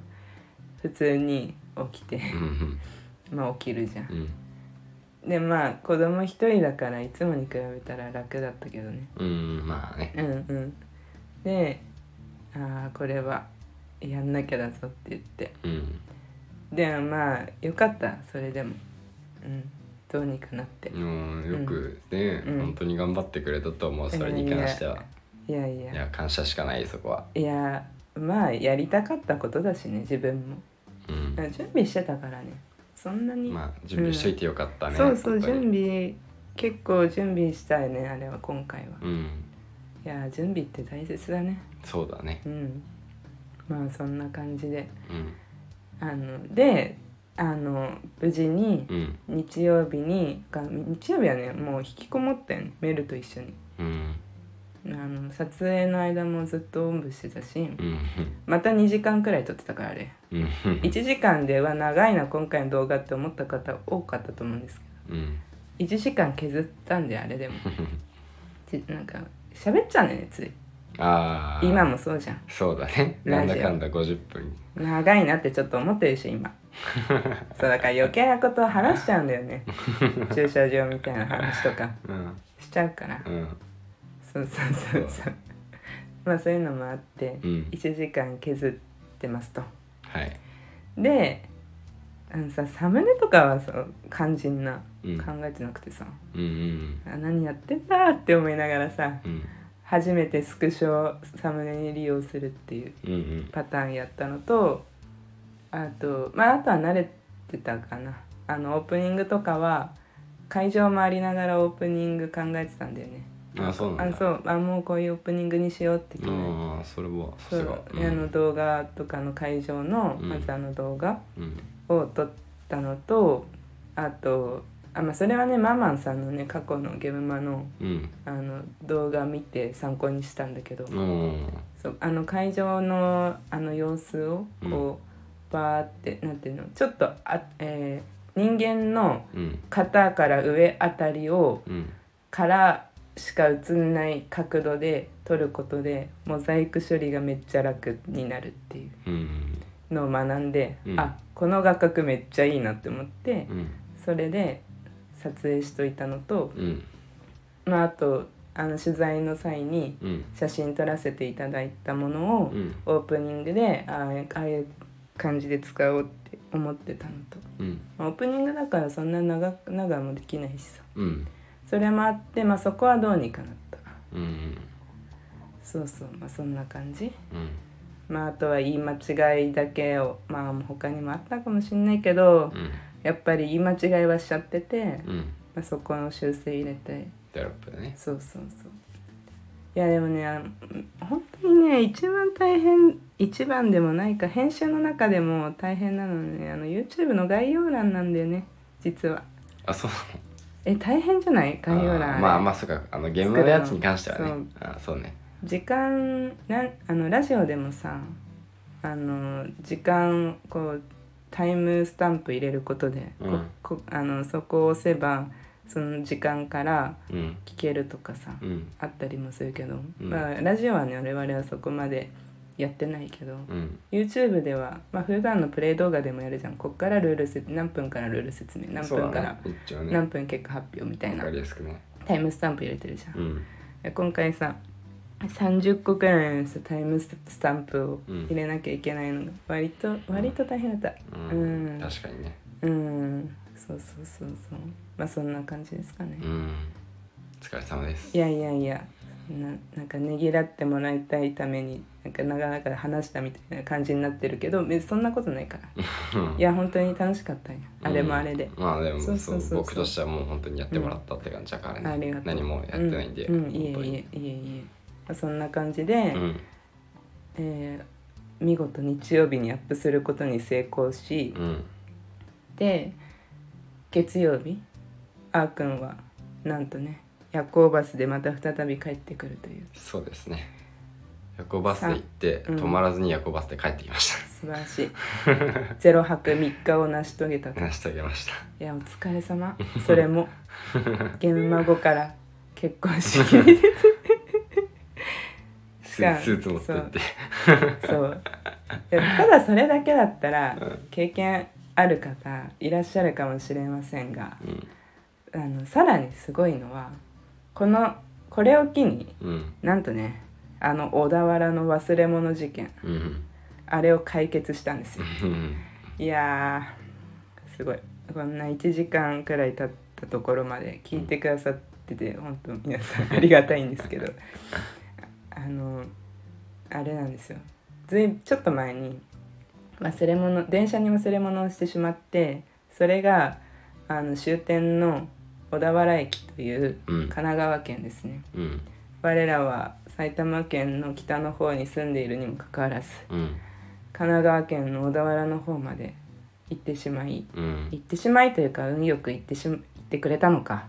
Speaker 2: 普通に起きて (laughs)
Speaker 1: うん
Speaker 2: まあ起きるじゃん
Speaker 1: うん
Speaker 2: でまあ子供一人だからいつもに比べたら楽だったけどね
Speaker 1: うんまあね
Speaker 2: うんうんでああこれはやんなきゃだぞって言って
Speaker 1: うん
Speaker 2: でもまあよかったそれでもうんどうにかなって
Speaker 1: うんよくね
Speaker 2: うん
Speaker 1: 本当に頑張ってくれたと思うそれに関してはい
Speaker 2: やいや
Speaker 1: いや感謝しかないそこはい
Speaker 2: やまあやりたかったことだしね自分も
Speaker 1: うん
Speaker 2: 準備してたからねそんなに、
Speaker 1: まあ準備しといてよかったね
Speaker 2: そうそう
Speaker 1: 本当に
Speaker 2: 準備結構準備したいねあれは今回は、い
Speaker 1: うん
Speaker 2: や準備って大切だね
Speaker 1: そうだね
Speaker 2: うんまあそんな感じで
Speaker 1: うん
Speaker 2: あのであの無事に
Speaker 1: うん
Speaker 2: 日曜日にが日曜日はねもう引きこもったよねメルと一緒に
Speaker 1: うん
Speaker 2: あの撮影の間もずっとおんぶしてたし
Speaker 1: うん
Speaker 2: また2時間くらい撮ってたからあれ
Speaker 1: うん
Speaker 2: 1時間では長いな今回の動画って思った方多かったと思うんです
Speaker 1: うん
Speaker 2: けど1時間削ったんであれでもちなんか喋っちゃうねつい
Speaker 1: ああ
Speaker 2: 今もそうじゃん
Speaker 1: そうだねなんだかんだ50分
Speaker 2: 長いなってちょっと思ってるし今そうだから余計なことを話しちゃうんだよ
Speaker 1: (laughs)
Speaker 2: ね駐車場みたいな話とか
Speaker 1: うん
Speaker 2: しちゃうから
Speaker 1: うん
Speaker 2: そうそうそうそうまあそういうのもあって
Speaker 1: うん
Speaker 2: 1時間削ってますと
Speaker 1: はい
Speaker 2: であのさサムネとかはそう肝心な
Speaker 1: うん
Speaker 2: 考えてなくてさ、
Speaker 1: うんうん
Speaker 2: あ何やってんだって思いながらさ
Speaker 1: うん
Speaker 2: 初めてスクショをサムネに利用するっていう
Speaker 1: うんうん
Speaker 2: パターンやったのとあとまああとは慣れてたかなあのオープニングとかは会場回りながらオープニング考えてたんだよね
Speaker 1: あそうなん
Speaker 2: あ
Speaker 1: だ
Speaker 2: そうあもうこういうオープニングにしようって決め
Speaker 1: ああそれはさ
Speaker 2: そ
Speaker 1: す
Speaker 2: う
Speaker 1: が
Speaker 2: あの動画とかの会場の、
Speaker 1: うん
Speaker 2: まずあの動画
Speaker 1: うん
Speaker 2: を撮ったのとあとあ、まあ、それはねママンさんのね過去のゲームマの
Speaker 1: うん
Speaker 2: あの動画見て参考にしたんだけど、
Speaker 1: うん
Speaker 2: そうあの会場のあの様子をこう、バーってなんていうのちょっとあ、えー人間の
Speaker 1: うん
Speaker 2: 肩から上あたりを
Speaker 1: うん
Speaker 2: からしか映んない角度で撮ることでモザイク処理がめっちゃ楽になるっていう
Speaker 1: うん
Speaker 2: のを学んで、
Speaker 1: うん
Speaker 2: あこの画角めっちゃいいなって思って
Speaker 1: うん
Speaker 2: それで撮影しといたのと、
Speaker 1: うん
Speaker 2: まあ、あとあの取材の際に
Speaker 1: うん
Speaker 2: 写真撮らせていただいたものを、
Speaker 1: うん
Speaker 2: オープニングでああああいう感じで使おうって思ってたのと
Speaker 1: うん
Speaker 2: まあオープニングだからそんな長く長もできないしさ
Speaker 1: うん
Speaker 2: それもあって、まあ、そこはどうにかなった
Speaker 1: うん
Speaker 2: そうそうまあそんな感じ
Speaker 1: うん
Speaker 2: まああとは言い間違いだけをまあ他にもあったかもしんないけど
Speaker 1: うん
Speaker 2: やっぱり言い間違いはしちゃってて、
Speaker 1: うん
Speaker 2: まあ、そこの修正入れて
Speaker 1: デロップだね
Speaker 2: そうそうそういやでもねあの本当にね一番大変一番でもないか編集の中でも大変なのはねあの YouTube の概要欄なんだよね実は
Speaker 1: あそう
Speaker 2: え大変じゃない
Speaker 1: なの
Speaker 2: 概要欄
Speaker 1: あーまあ
Speaker 2: れ
Speaker 1: まあそうかあのゲームのやつに関してはね
Speaker 2: 作る
Speaker 1: あーそうね
Speaker 2: 時間なんあのラジオでもさあの時間こうタイムスタンプ入れることで、こ
Speaker 1: うん
Speaker 2: こあのそこを押せばその時間から
Speaker 1: うん
Speaker 2: 聞けるとかさ、
Speaker 1: うん
Speaker 2: あったりもするけど、
Speaker 1: うん
Speaker 2: まあラジオはね我々はそこまでやってないけど、
Speaker 1: うん
Speaker 2: YouTube ではまあ普段のプレイ動画でもやるじゃんこっからルールせ何分からルール説明何
Speaker 1: そう
Speaker 2: 分か
Speaker 1: だ
Speaker 2: ら
Speaker 1: ね一応ね
Speaker 2: 何分結果発表みたい
Speaker 1: わ
Speaker 2: な
Speaker 1: かりやすくね
Speaker 2: タイムスタンプ入れてるじゃん、
Speaker 1: うん
Speaker 2: で今回さ30個くらいのさタイムスタンプを入れなきゃいけないのが割と割と大変だった
Speaker 1: うん
Speaker 2: うん
Speaker 1: 確かにね
Speaker 2: うんそうそうそうそうまあそんな感じですかね、
Speaker 1: うんお疲れ様です
Speaker 2: いやいやいやななんかねぎらってもらいたいためになんかなかなか話したみたいな感じになってるけど別にそんなことないからいや本当に楽しかったんやあれもあれで、
Speaker 1: まあでも
Speaker 2: そう
Speaker 1: そ
Speaker 2: そうそう
Speaker 1: う
Speaker 2: そう
Speaker 1: 僕としてはもう本当にやってもらったって感じだから
Speaker 2: あり
Speaker 1: ね
Speaker 2: がとう
Speaker 1: 何もやってないんで
Speaker 2: うんうんいえ
Speaker 1: 本当に
Speaker 2: いえいえいえまあそんな感じで、
Speaker 1: うん
Speaker 2: えー見事日曜日にアップすることに成功し、
Speaker 1: うん
Speaker 2: で月曜日あーくんはなんとね夜行バスでまた再び帰ってくるという
Speaker 1: そうですね夜行バスで行って
Speaker 2: うん
Speaker 1: 止まらずに夜行バスで帰ってきまし
Speaker 2: 素晴
Speaker 1: (laughs)
Speaker 2: らしいゼロ泊3日を成し遂げたと
Speaker 1: た成し遂げました
Speaker 2: いやお疲れ様それもゲーム孫から結婚式に出て
Speaker 1: スーツスーツ持ってって
Speaker 2: そういやただそれだけだったら経験ある方いらっしゃるかもしれませんが
Speaker 1: うん
Speaker 2: あのさらにすごいのはこのこれを機に
Speaker 1: うん
Speaker 2: なんとねあの小田原の忘れ物事件
Speaker 1: うん
Speaker 2: あれを解決したんですよ
Speaker 1: うん
Speaker 2: いやーすごいこんな1時間くらい経ったところまで聞いてくださってて本当皆さんありがたいんですけど (laughs) ああのあれなんですよずいちょっと前に忘れ物電車に忘れ物をしてしまってそれがあの終点の小田原駅という
Speaker 1: うん
Speaker 2: 神奈川県ですね
Speaker 1: うん
Speaker 2: 我らは埼玉県の北の方に住んでいるにもかかわらず
Speaker 1: うん
Speaker 2: 神奈川県の小田原の方まで行ってしまい
Speaker 1: うん
Speaker 2: 行ってしまいというか運よく行ってしま行ってくれたのか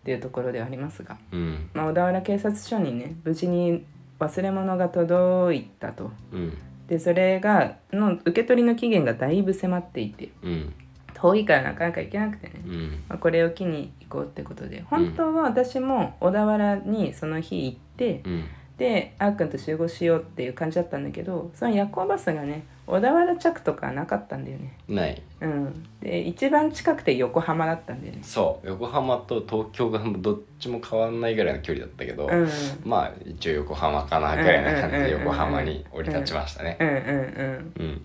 Speaker 2: っていうところではありますが、
Speaker 1: うん
Speaker 2: まあ、小田原警察署にね無事に忘れ物が届いたと
Speaker 1: うん
Speaker 2: でそれがの受け取りの期限がだいぶ迫っていて
Speaker 1: うん
Speaker 2: 遠いからなかなか行けなくてね、
Speaker 1: うん
Speaker 2: まあ、これを機に行こうってことで本当は私も小田原にその日行って、
Speaker 1: うん
Speaker 2: であーくんと集合しようっていう感じだったんだけどその夜行バスがね小田原着とかなかったんだよね
Speaker 1: ない
Speaker 2: うんで一番近くて横浜だったんだよね
Speaker 1: そう横浜と東京がどっちも変わんないぐらいの距離だったけど、
Speaker 2: うん
Speaker 1: まあ一応横浜かなぐらいな感じで
Speaker 2: うんうんうんうん
Speaker 1: 横浜に降り立ちましたね
Speaker 2: うんうんうん
Speaker 1: うん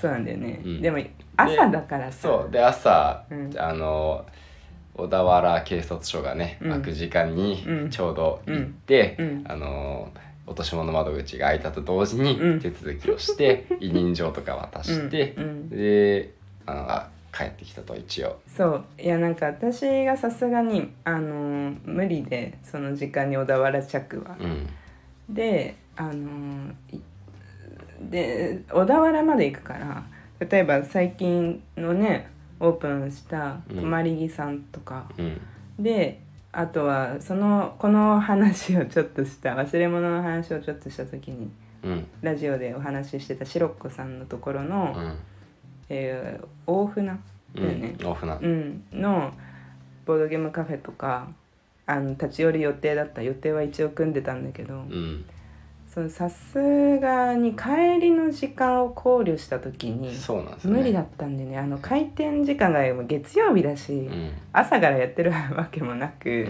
Speaker 2: そうなんだよね、
Speaker 1: うん
Speaker 2: でも朝だからさ
Speaker 1: そうで朝、
Speaker 2: うん
Speaker 1: あの小田原警察署がね、
Speaker 2: うん
Speaker 1: 開く時間に
Speaker 2: うん
Speaker 1: ちょうど行って、
Speaker 2: うん
Speaker 1: あの落とし物窓口が開いたと同時
Speaker 2: う
Speaker 1: に
Speaker 2: ん
Speaker 1: 手続きを
Speaker 2: (laughs)
Speaker 1: して、委任状とか渡して、
Speaker 2: うんうん
Speaker 1: であのあ帰ってきたと一応
Speaker 2: そういやなんか私がさすがにあのー無理でその時間に小田原着は
Speaker 1: うん
Speaker 2: であのいで小田原まで行くから例えば最近のねオープンした
Speaker 1: うん
Speaker 2: 泊まり木さんとか、
Speaker 1: うん
Speaker 2: であとはそのこの話をちょっとした忘れ物の話をちょっとした時に
Speaker 1: うん
Speaker 2: ラジオでお話ししてたシロッコさんのところの、
Speaker 1: うん
Speaker 2: えー大船
Speaker 1: う
Speaker 2: だよね
Speaker 1: ん、オフな
Speaker 2: うん、のボードゲームカフェとかあの立ち寄る予定だった予定は一応組んでたんだけど。
Speaker 1: うん、
Speaker 2: そのさすがに帰りの時間を考慮した時に
Speaker 1: そうなんですね
Speaker 2: 無理だったんでねあの開店時間が月曜日だし、
Speaker 1: うん
Speaker 2: 朝からやってるわけもなく、
Speaker 1: うん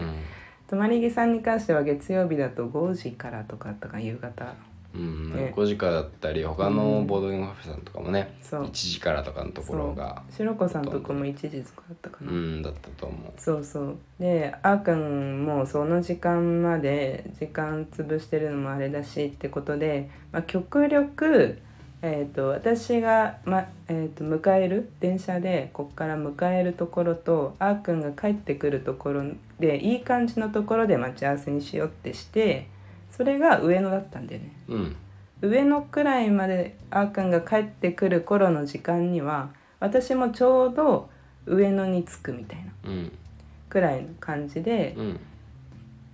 Speaker 2: 泊まり木さんに関しては月曜日だと5時からとかだったかな夕方
Speaker 1: うん、
Speaker 2: ね
Speaker 1: 5時からだったり他のボードゲームカフェさんとかもね、
Speaker 2: そう
Speaker 1: 1時からとかのところが
Speaker 2: 白子さんとこも1時とかだったか
Speaker 1: う
Speaker 2: な、
Speaker 1: んだったと思
Speaker 2: そうそうであーくんもその時間まで時間潰してるのもあれだしってことで、まあ、極力、えー、と私が、まえー、と迎える電車でこっから迎えるところとあーくんが帰ってくるところでいい感じのところで待ち合わせにしようってしてそれが上野だったんだよね。
Speaker 1: ううん
Speaker 2: 上野くらいまであーくんが帰ってくる頃の時間には私もちょうど上野に着くみたいな。
Speaker 1: うん
Speaker 2: くらいの感じで
Speaker 1: う、ん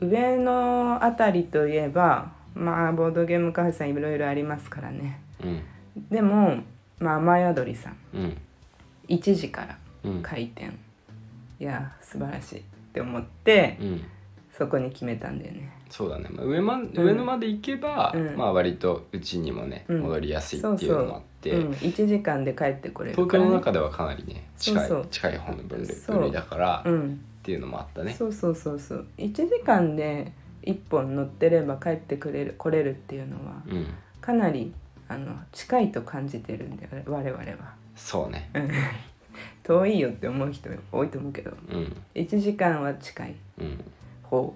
Speaker 2: 上のあたりといえばまあボードゲームカフェさんいろいろありますからね
Speaker 1: うん
Speaker 2: でも、まあ、雨宿りさん
Speaker 1: うん
Speaker 2: 1時から
Speaker 1: うん
Speaker 2: 開店、いや素晴らしいって思って、
Speaker 1: うん
Speaker 2: そこに決めたんだよね
Speaker 1: そうだね、まあ、上ま上野まで行けば、
Speaker 2: うん
Speaker 1: まあ割とうちにもね、
Speaker 2: うん
Speaker 1: 戻りやすいっていうのもあって
Speaker 2: うん、1時間で帰ってこれる
Speaker 1: 東京の中ではかなりね近い
Speaker 2: そうそう
Speaker 1: 近い方の分類
Speaker 2: そう
Speaker 1: 分類だから
Speaker 2: う
Speaker 1: っ
Speaker 2: ん、
Speaker 1: ていうのもあったね
Speaker 2: そうそうそうそう1時間で1本乗ってれば帰ってくれる来れるっていうのは
Speaker 1: うん
Speaker 2: かなりあの近いと感じてるんで我々は。
Speaker 1: そうね
Speaker 2: 遠いよって思う人多いと思うけど
Speaker 1: うん
Speaker 2: 1時間は近い
Speaker 1: うん、
Speaker 2: 方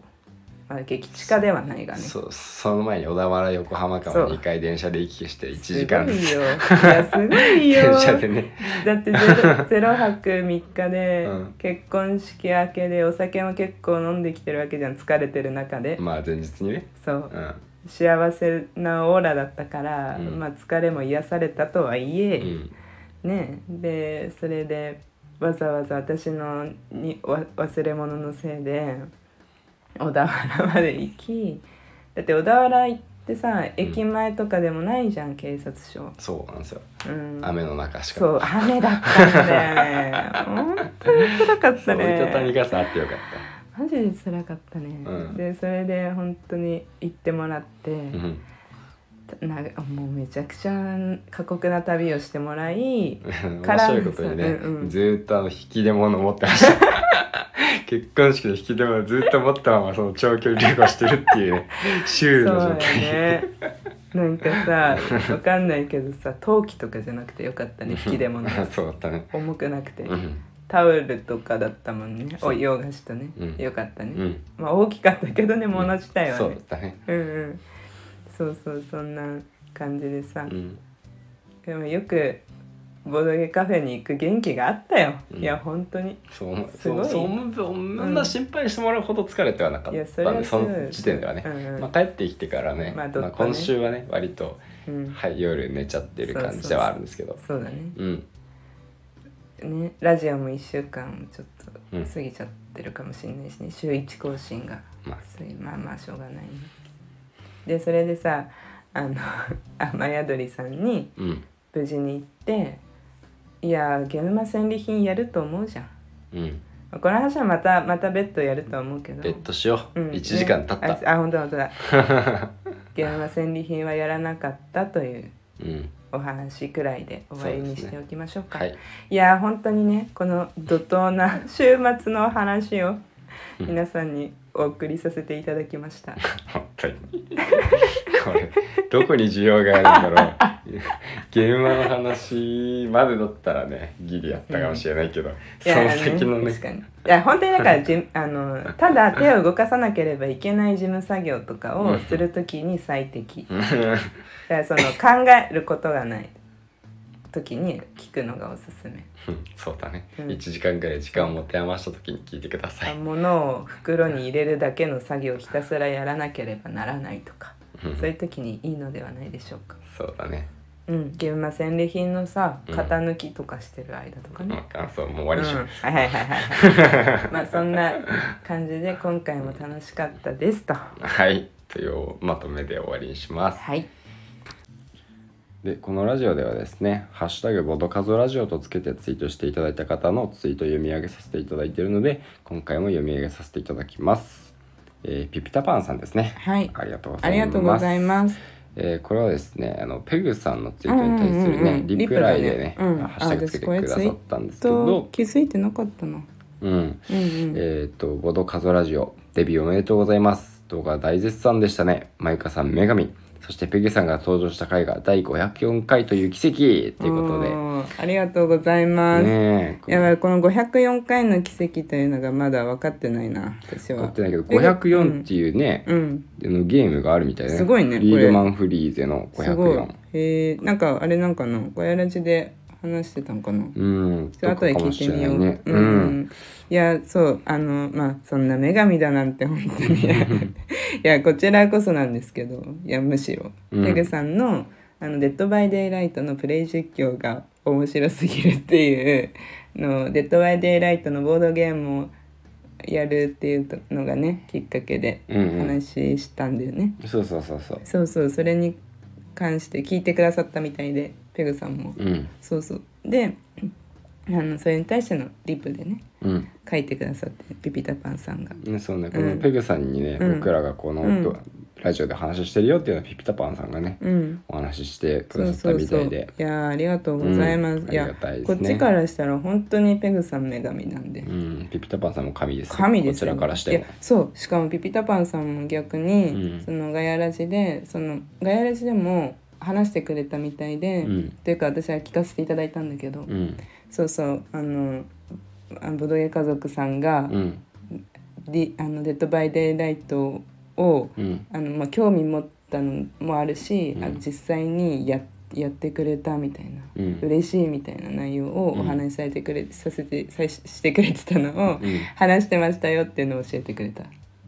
Speaker 2: まあ激地下ではないがね
Speaker 1: そその前に小田原横浜間
Speaker 2: そ
Speaker 1: を
Speaker 2: う
Speaker 1: 2回電車で行き来して1
Speaker 2: す
Speaker 1: 時間
Speaker 2: ごいよいやすごいよ
Speaker 1: (laughs) 電車でね
Speaker 2: だってゼロゼロ泊3日で、
Speaker 1: うん
Speaker 2: 結婚式明けでお酒も結構飲んできてるわけじゃん疲れてる中で、
Speaker 1: まあ前日にね
Speaker 2: そう
Speaker 1: うん
Speaker 2: 幸せなオーラだったから、
Speaker 1: うん
Speaker 2: まあ疲れも癒されたとはいえ、
Speaker 1: うん
Speaker 2: ねでそれでわざわざ私のにわ忘れ物のせいで小田原まで行きだって小田原行ってさ駅前とかでもないじゃん、警察署、
Speaker 1: そうなんですよ
Speaker 2: うん、
Speaker 1: 雨の中しか
Speaker 2: そう雨だったんだよね本当に辛かった
Speaker 1: 折りたたみ
Speaker 2: ね
Speaker 1: 傘あってよかっ
Speaker 2: マジで辛かったね、
Speaker 1: うん
Speaker 2: でそれで本当に行ってもらって、
Speaker 1: たうん
Speaker 2: なもうめちゃくちゃ過酷な旅をしてもらい
Speaker 1: 面白いことにね、
Speaker 2: うんうん
Speaker 1: ずーっとあの引き出物持ってました (laughs) 結婚式の引き出物ずーっと持ったままその長距離旅行してるっていうねシュール
Speaker 2: そう
Speaker 1: な
Speaker 2: だ
Speaker 1: 状
Speaker 2: よ
Speaker 1: 態
Speaker 2: ね。なんかさ、わかんないけどさ、陶器とかじゃなくてよかったね、引き出物。
Speaker 1: (laughs) そうだったね
Speaker 2: 重くなくて
Speaker 1: う、ん
Speaker 2: タオルとかだったもんね、
Speaker 1: そう
Speaker 2: お洋菓子とね、
Speaker 1: うん
Speaker 2: よかったね。
Speaker 1: うん
Speaker 2: まあ大きかったけどね、物自体は
Speaker 1: そうだ
Speaker 2: ね
Speaker 1: っ。たね
Speaker 2: うんうん。そうそう、そんな感じでさ、
Speaker 1: うん
Speaker 2: でもよくボドゲカフェに行く元気があったよ。
Speaker 1: うん
Speaker 2: いや本当に。
Speaker 1: そう思う
Speaker 2: すごい
Speaker 1: そうそう思うそんな心配してもらうほど疲れてはなかっ
Speaker 2: いやそ
Speaker 1: た
Speaker 2: れ
Speaker 1: ん
Speaker 2: は
Speaker 1: でその時点ではね、
Speaker 2: うんうん
Speaker 1: まあ、帰ってきてからね,、
Speaker 2: ま
Speaker 1: ま
Speaker 2: あ
Speaker 1: あ
Speaker 2: どっかね
Speaker 1: 今週はね割と、
Speaker 2: うん。
Speaker 1: はい、夜寝ちゃってる感じではあるんですけど
Speaker 2: そうだね。
Speaker 1: うん
Speaker 2: ね、ラジオも一週間ちょっと過ぎちゃっってるかもしれないしね週1更新が
Speaker 1: まあ
Speaker 2: そういうまあまあしょうがないねでそれでさあの (laughs) 雨宿りさんに
Speaker 1: うん
Speaker 2: 無事に行って「いやゲームマ戦利品やると思うじゃん」
Speaker 1: うん
Speaker 2: この話はまたまたベッドやるとは思うけど
Speaker 1: ベッドしよう、
Speaker 2: うん
Speaker 1: 1時間経った、
Speaker 2: ねああ本当だ本当だ
Speaker 1: (laughs)
Speaker 2: ゲームマ戦利品はやらなかったという
Speaker 1: うん
Speaker 2: お話くらいで終わりに
Speaker 1: そうで
Speaker 2: し
Speaker 1: すね
Speaker 2: ておきましょうか
Speaker 1: はい
Speaker 2: いやー本当にねこの怒涛な週末のお話を
Speaker 1: うん
Speaker 2: 皆さんにお送りさせていただきました
Speaker 1: 本当にこれどこに需要があるんだ
Speaker 2: (laughs)
Speaker 1: ろうゲームマの話までだったらねギリやったかもしれないけど、
Speaker 2: い
Speaker 1: (laughs) そ
Speaker 2: や
Speaker 1: の
Speaker 2: あ
Speaker 1: 先のね
Speaker 2: 確かにいや本当にだからじあのただ手を動かさなければいけない事務作業とかをするときに最適
Speaker 1: うん
Speaker 2: だからその考えることがない時に聞くのがおすすめ
Speaker 1: そうだね、
Speaker 2: うん
Speaker 1: 1時間ぐらい時間を持て余した時に聞いてください、
Speaker 2: 物を袋に入れるだけの作業をひたすらやらなければならないとか
Speaker 1: うん
Speaker 2: そういう時にいいのではないでしょうか
Speaker 1: そうだね
Speaker 2: うん現場戦利品のさ
Speaker 1: うん
Speaker 2: 型抜きとかしてる間とか
Speaker 1: まあ
Speaker 2: ね、
Speaker 1: 感想もう終
Speaker 2: う
Speaker 1: わ
Speaker 2: ん、
Speaker 1: りにし
Speaker 2: はい
Speaker 1: よう、
Speaker 2: はいはいは
Speaker 1: (laughs)
Speaker 2: いはいまあそんな感じで今回も楽しかったですとは
Speaker 1: はいというまとめで終わりにします
Speaker 2: い
Speaker 1: でこのラジオではですね「ハッシュタグボドカゾラジオ」とつけてツイートしていただいた方のツイートを読み上げさせていただいているので今回も読み上げさせていただきます、えーピピタパンさんですね
Speaker 2: はい
Speaker 1: ありがとうござ
Speaker 2: あ
Speaker 1: います
Speaker 2: りがとうございます
Speaker 1: えーこれはですねあのペグさんのツイートに対するね、
Speaker 2: うんうんうん
Speaker 1: リプライでね
Speaker 2: リプだねうん
Speaker 1: ハッシュタグつけてくださったんですけ
Speaker 2: と
Speaker 1: ど
Speaker 2: 気づいてなかったな
Speaker 1: うん
Speaker 2: うんうん
Speaker 1: えっ、と、ボドカゾラジオ、デビューおめでとうございます。動画大絶賛でしたね。マイカさん、女神。そして、ペグさんが登場した回が第504回という奇跡ということで。
Speaker 2: おーありがとうございます、
Speaker 1: ねえ、
Speaker 2: やばいこの504回の奇跡というのがまだ分かってないな私
Speaker 1: 分
Speaker 2: は
Speaker 1: かってないけど、504っていうね、
Speaker 2: うん
Speaker 1: あのゲームがあるみたいね。
Speaker 2: すごいねこれ
Speaker 1: リードマンフリーゼの
Speaker 2: すごい
Speaker 1: 504。
Speaker 2: へえんかあれなんかなガヤラジで話してたんかな
Speaker 1: うん。
Speaker 2: ちょっと後で聞いてみよ
Speaker 1: ど
Speaker 2: う、
Speaker 1: こかもしれないね。
Speaker 2: うん
Speaker 1: うん。
Speaker 2: いやそうあのまあそんな女神だなんて本
Speaker 1: (laughs)
Speaker 2: 当にいやこちらこそなんですけどいやむしろ、
Speaker 1: うん
Speaker 2: ペグさんのあの「デッド・バイ・デイ・ライト」のプレイ実況が面白すぎるっていうのデッド・バイ・デイ・ライトのボードゲームをやるっていうのがねきっかけで
Speaker 1: うんうん
Speaker 2: 話したんだよね、
Speaker 1: そうそうそうそう。
Speaker 2: そうそうそれに関して聞いてくださったみたいでペグさんも
Speaker 1: うん。
Speaker 2: そうそうであのそれに対してのリプでね
Speaker 1: うん。
Speaker 2: 書いてくださってピピタパンさんが
Speaker 1: ね、そうね、こ
Speaker 2: う
Speaker 1: の
Speaker 2: ん
Speaker 1: ペグさんにね、
Speaker 2: うん
Speaker 1: 僕らがこの、
Speaker 2: うん
Speaker 1: ラジオで話してるよっていうのはピピタパンさんがね、
Speaker 2: うん
Speaker 1: お話ししてく
Speaker 2: そ
Speaker 1: だ
Speaker 2: う
Speaker 1: さった
Speaker 2: そう
Speaker 1: み
Speaker 2: そ
Speaker 1: た
Speaker 2: う
Speaker 1: い
Speaker 2: い
Speaker 1: で
Speaker 2: やーありがとうございます、
Speaker 1: うん
Speaker 2: いや
Speaker 1: ありがたいです
Speaker 2: こ
Speaker 1: ね
Speaker 2: っちからしたら本当にペグさん女神なんで
Speaker 1: うん、ピピタパンさんも神ですよ
Speaker 2: 神で
Speaker 1: こ
Speaker 2: す
Speaker 1: ちらからして
Speaker 2: い
Speaker 1: も
Speaker 2: やそうしかもピピタパンさんも逆に、
Speaker 1: うん
Speaker 2: そのガヤラジでそのガヤラジでも話してくれたみたいで、
Speaker 1: うん
Speaker 2: というか私は聞かせていただいたんだけど、
Speaker 1: うん
Speaker 2: そうそうあのあボドゲ家族さんが
Speaker 1: うん
Speaker 2: 「ディあのデッド・バイ・デイ・ライトを」
Speaker 1: うん
Speaker 2: あのまあ、興味持ったのもあるし、
Speaker 1: うん
Speaker 2: あの実際にややってくれたみたいな、
Speaker 1: うん
Speaker 2: 嬉しいみたいな内容を
Speaker 1: うん
Speaker 2: お話しされてくれ、させてさししてくれてたのを、
Speaker 1: うん
Speaker 2: 話してましたよっていうのを教えてくれた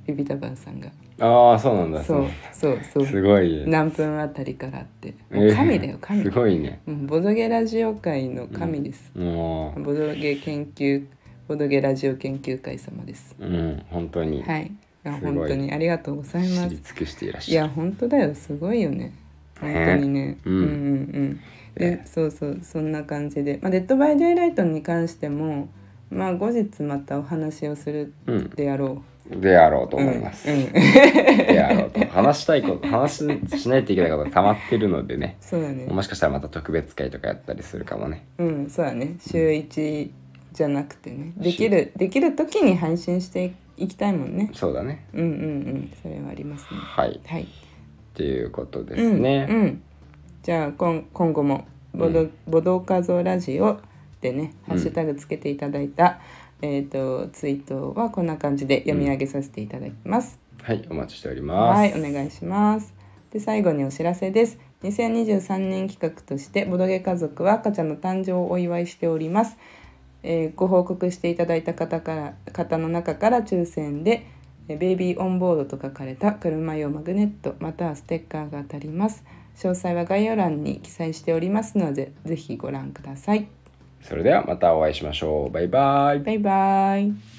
Speaker 2: ビビタバンさんが
Speaker 1: ああそうなんだ
Speaker 2: そうそうそう
Speaker 1: すごい
Speaker 2: 何分あたりからって
Speaker 1: えー
Speaker 2: もう神だよ神、
Speaker 1: すごいね
Speaker 2: うんボドゲラジオ界の神です、
Speaker 1: も
Speaker 2: ボドゲ研究ボドゲラジオ研究会様です、
Speaker 1: ううん本当に
Speaker 2: はいいや
Speaker 1: すごい
Speaker 2: 本当にありがとうございま
Speaker 1: 知
Speaker 2: す
Speaker 1: り尽くしていらっ
Speaker 2: い
Speaker 1: しゃ
Speaker 2: や
Speaker 1: る
Speaker 2: 本当だよすごいよね本
Speaker 1: ね
Speaker 2: 当にね、
Speaker 1: うん
Speaker 2: うんうんうんで、
Speaker 1: ね
Speaker 2: そうそうそんな感じで「まあ、デッド・バイ・デイ・ライト」に関してもまあ後日またお話をする
Speaker 1: うん
Speaker 2: であろ
Speaker 1: であろうと
Speaker 2: う、
Speaker 1: 思います、
Speaker 2: うんうん
Speaker 1: であろうと話したいこと話しないといけないことが溜まってるのでね
Speaker 2: そうだね
Speaker 1: もしかしたらまた特別会とかやったりするかもね
Speaker 2: うんそうだね週1じゃなくてねできるできる時に配信していきたいもんね
Speaker 1: そうだね
Speaker 2: うんうんうんそれはありますね
Speaker 1: はい
Speaker 2: はい
Speaker 1: っていうことですね、
Speaker 2: うんうん、じゃあ今今後もボド、ボドカゾラジオでね、ハッシュタグつけていただいた、えっ、とツイートはこんな感じで読み上げさせていただきます。
Speaker 1: はいお待ちしております
Speaker 2: はい、お願いします。で最後にお知らせです。2023年企画としてボドゲ家族は赤ちゃんの誕生をお祝いしております。えーご報告していただいた方から方の中から抽選でえーベイビーオンボードと書かれた車用マグネットまたはステッカーが当たります。詳細は概要欄に記載しておりますのでぜひご覧ください。
Speaker 1: それではまたお会いしましょうバイバイ
Speaker 2: バイバイ。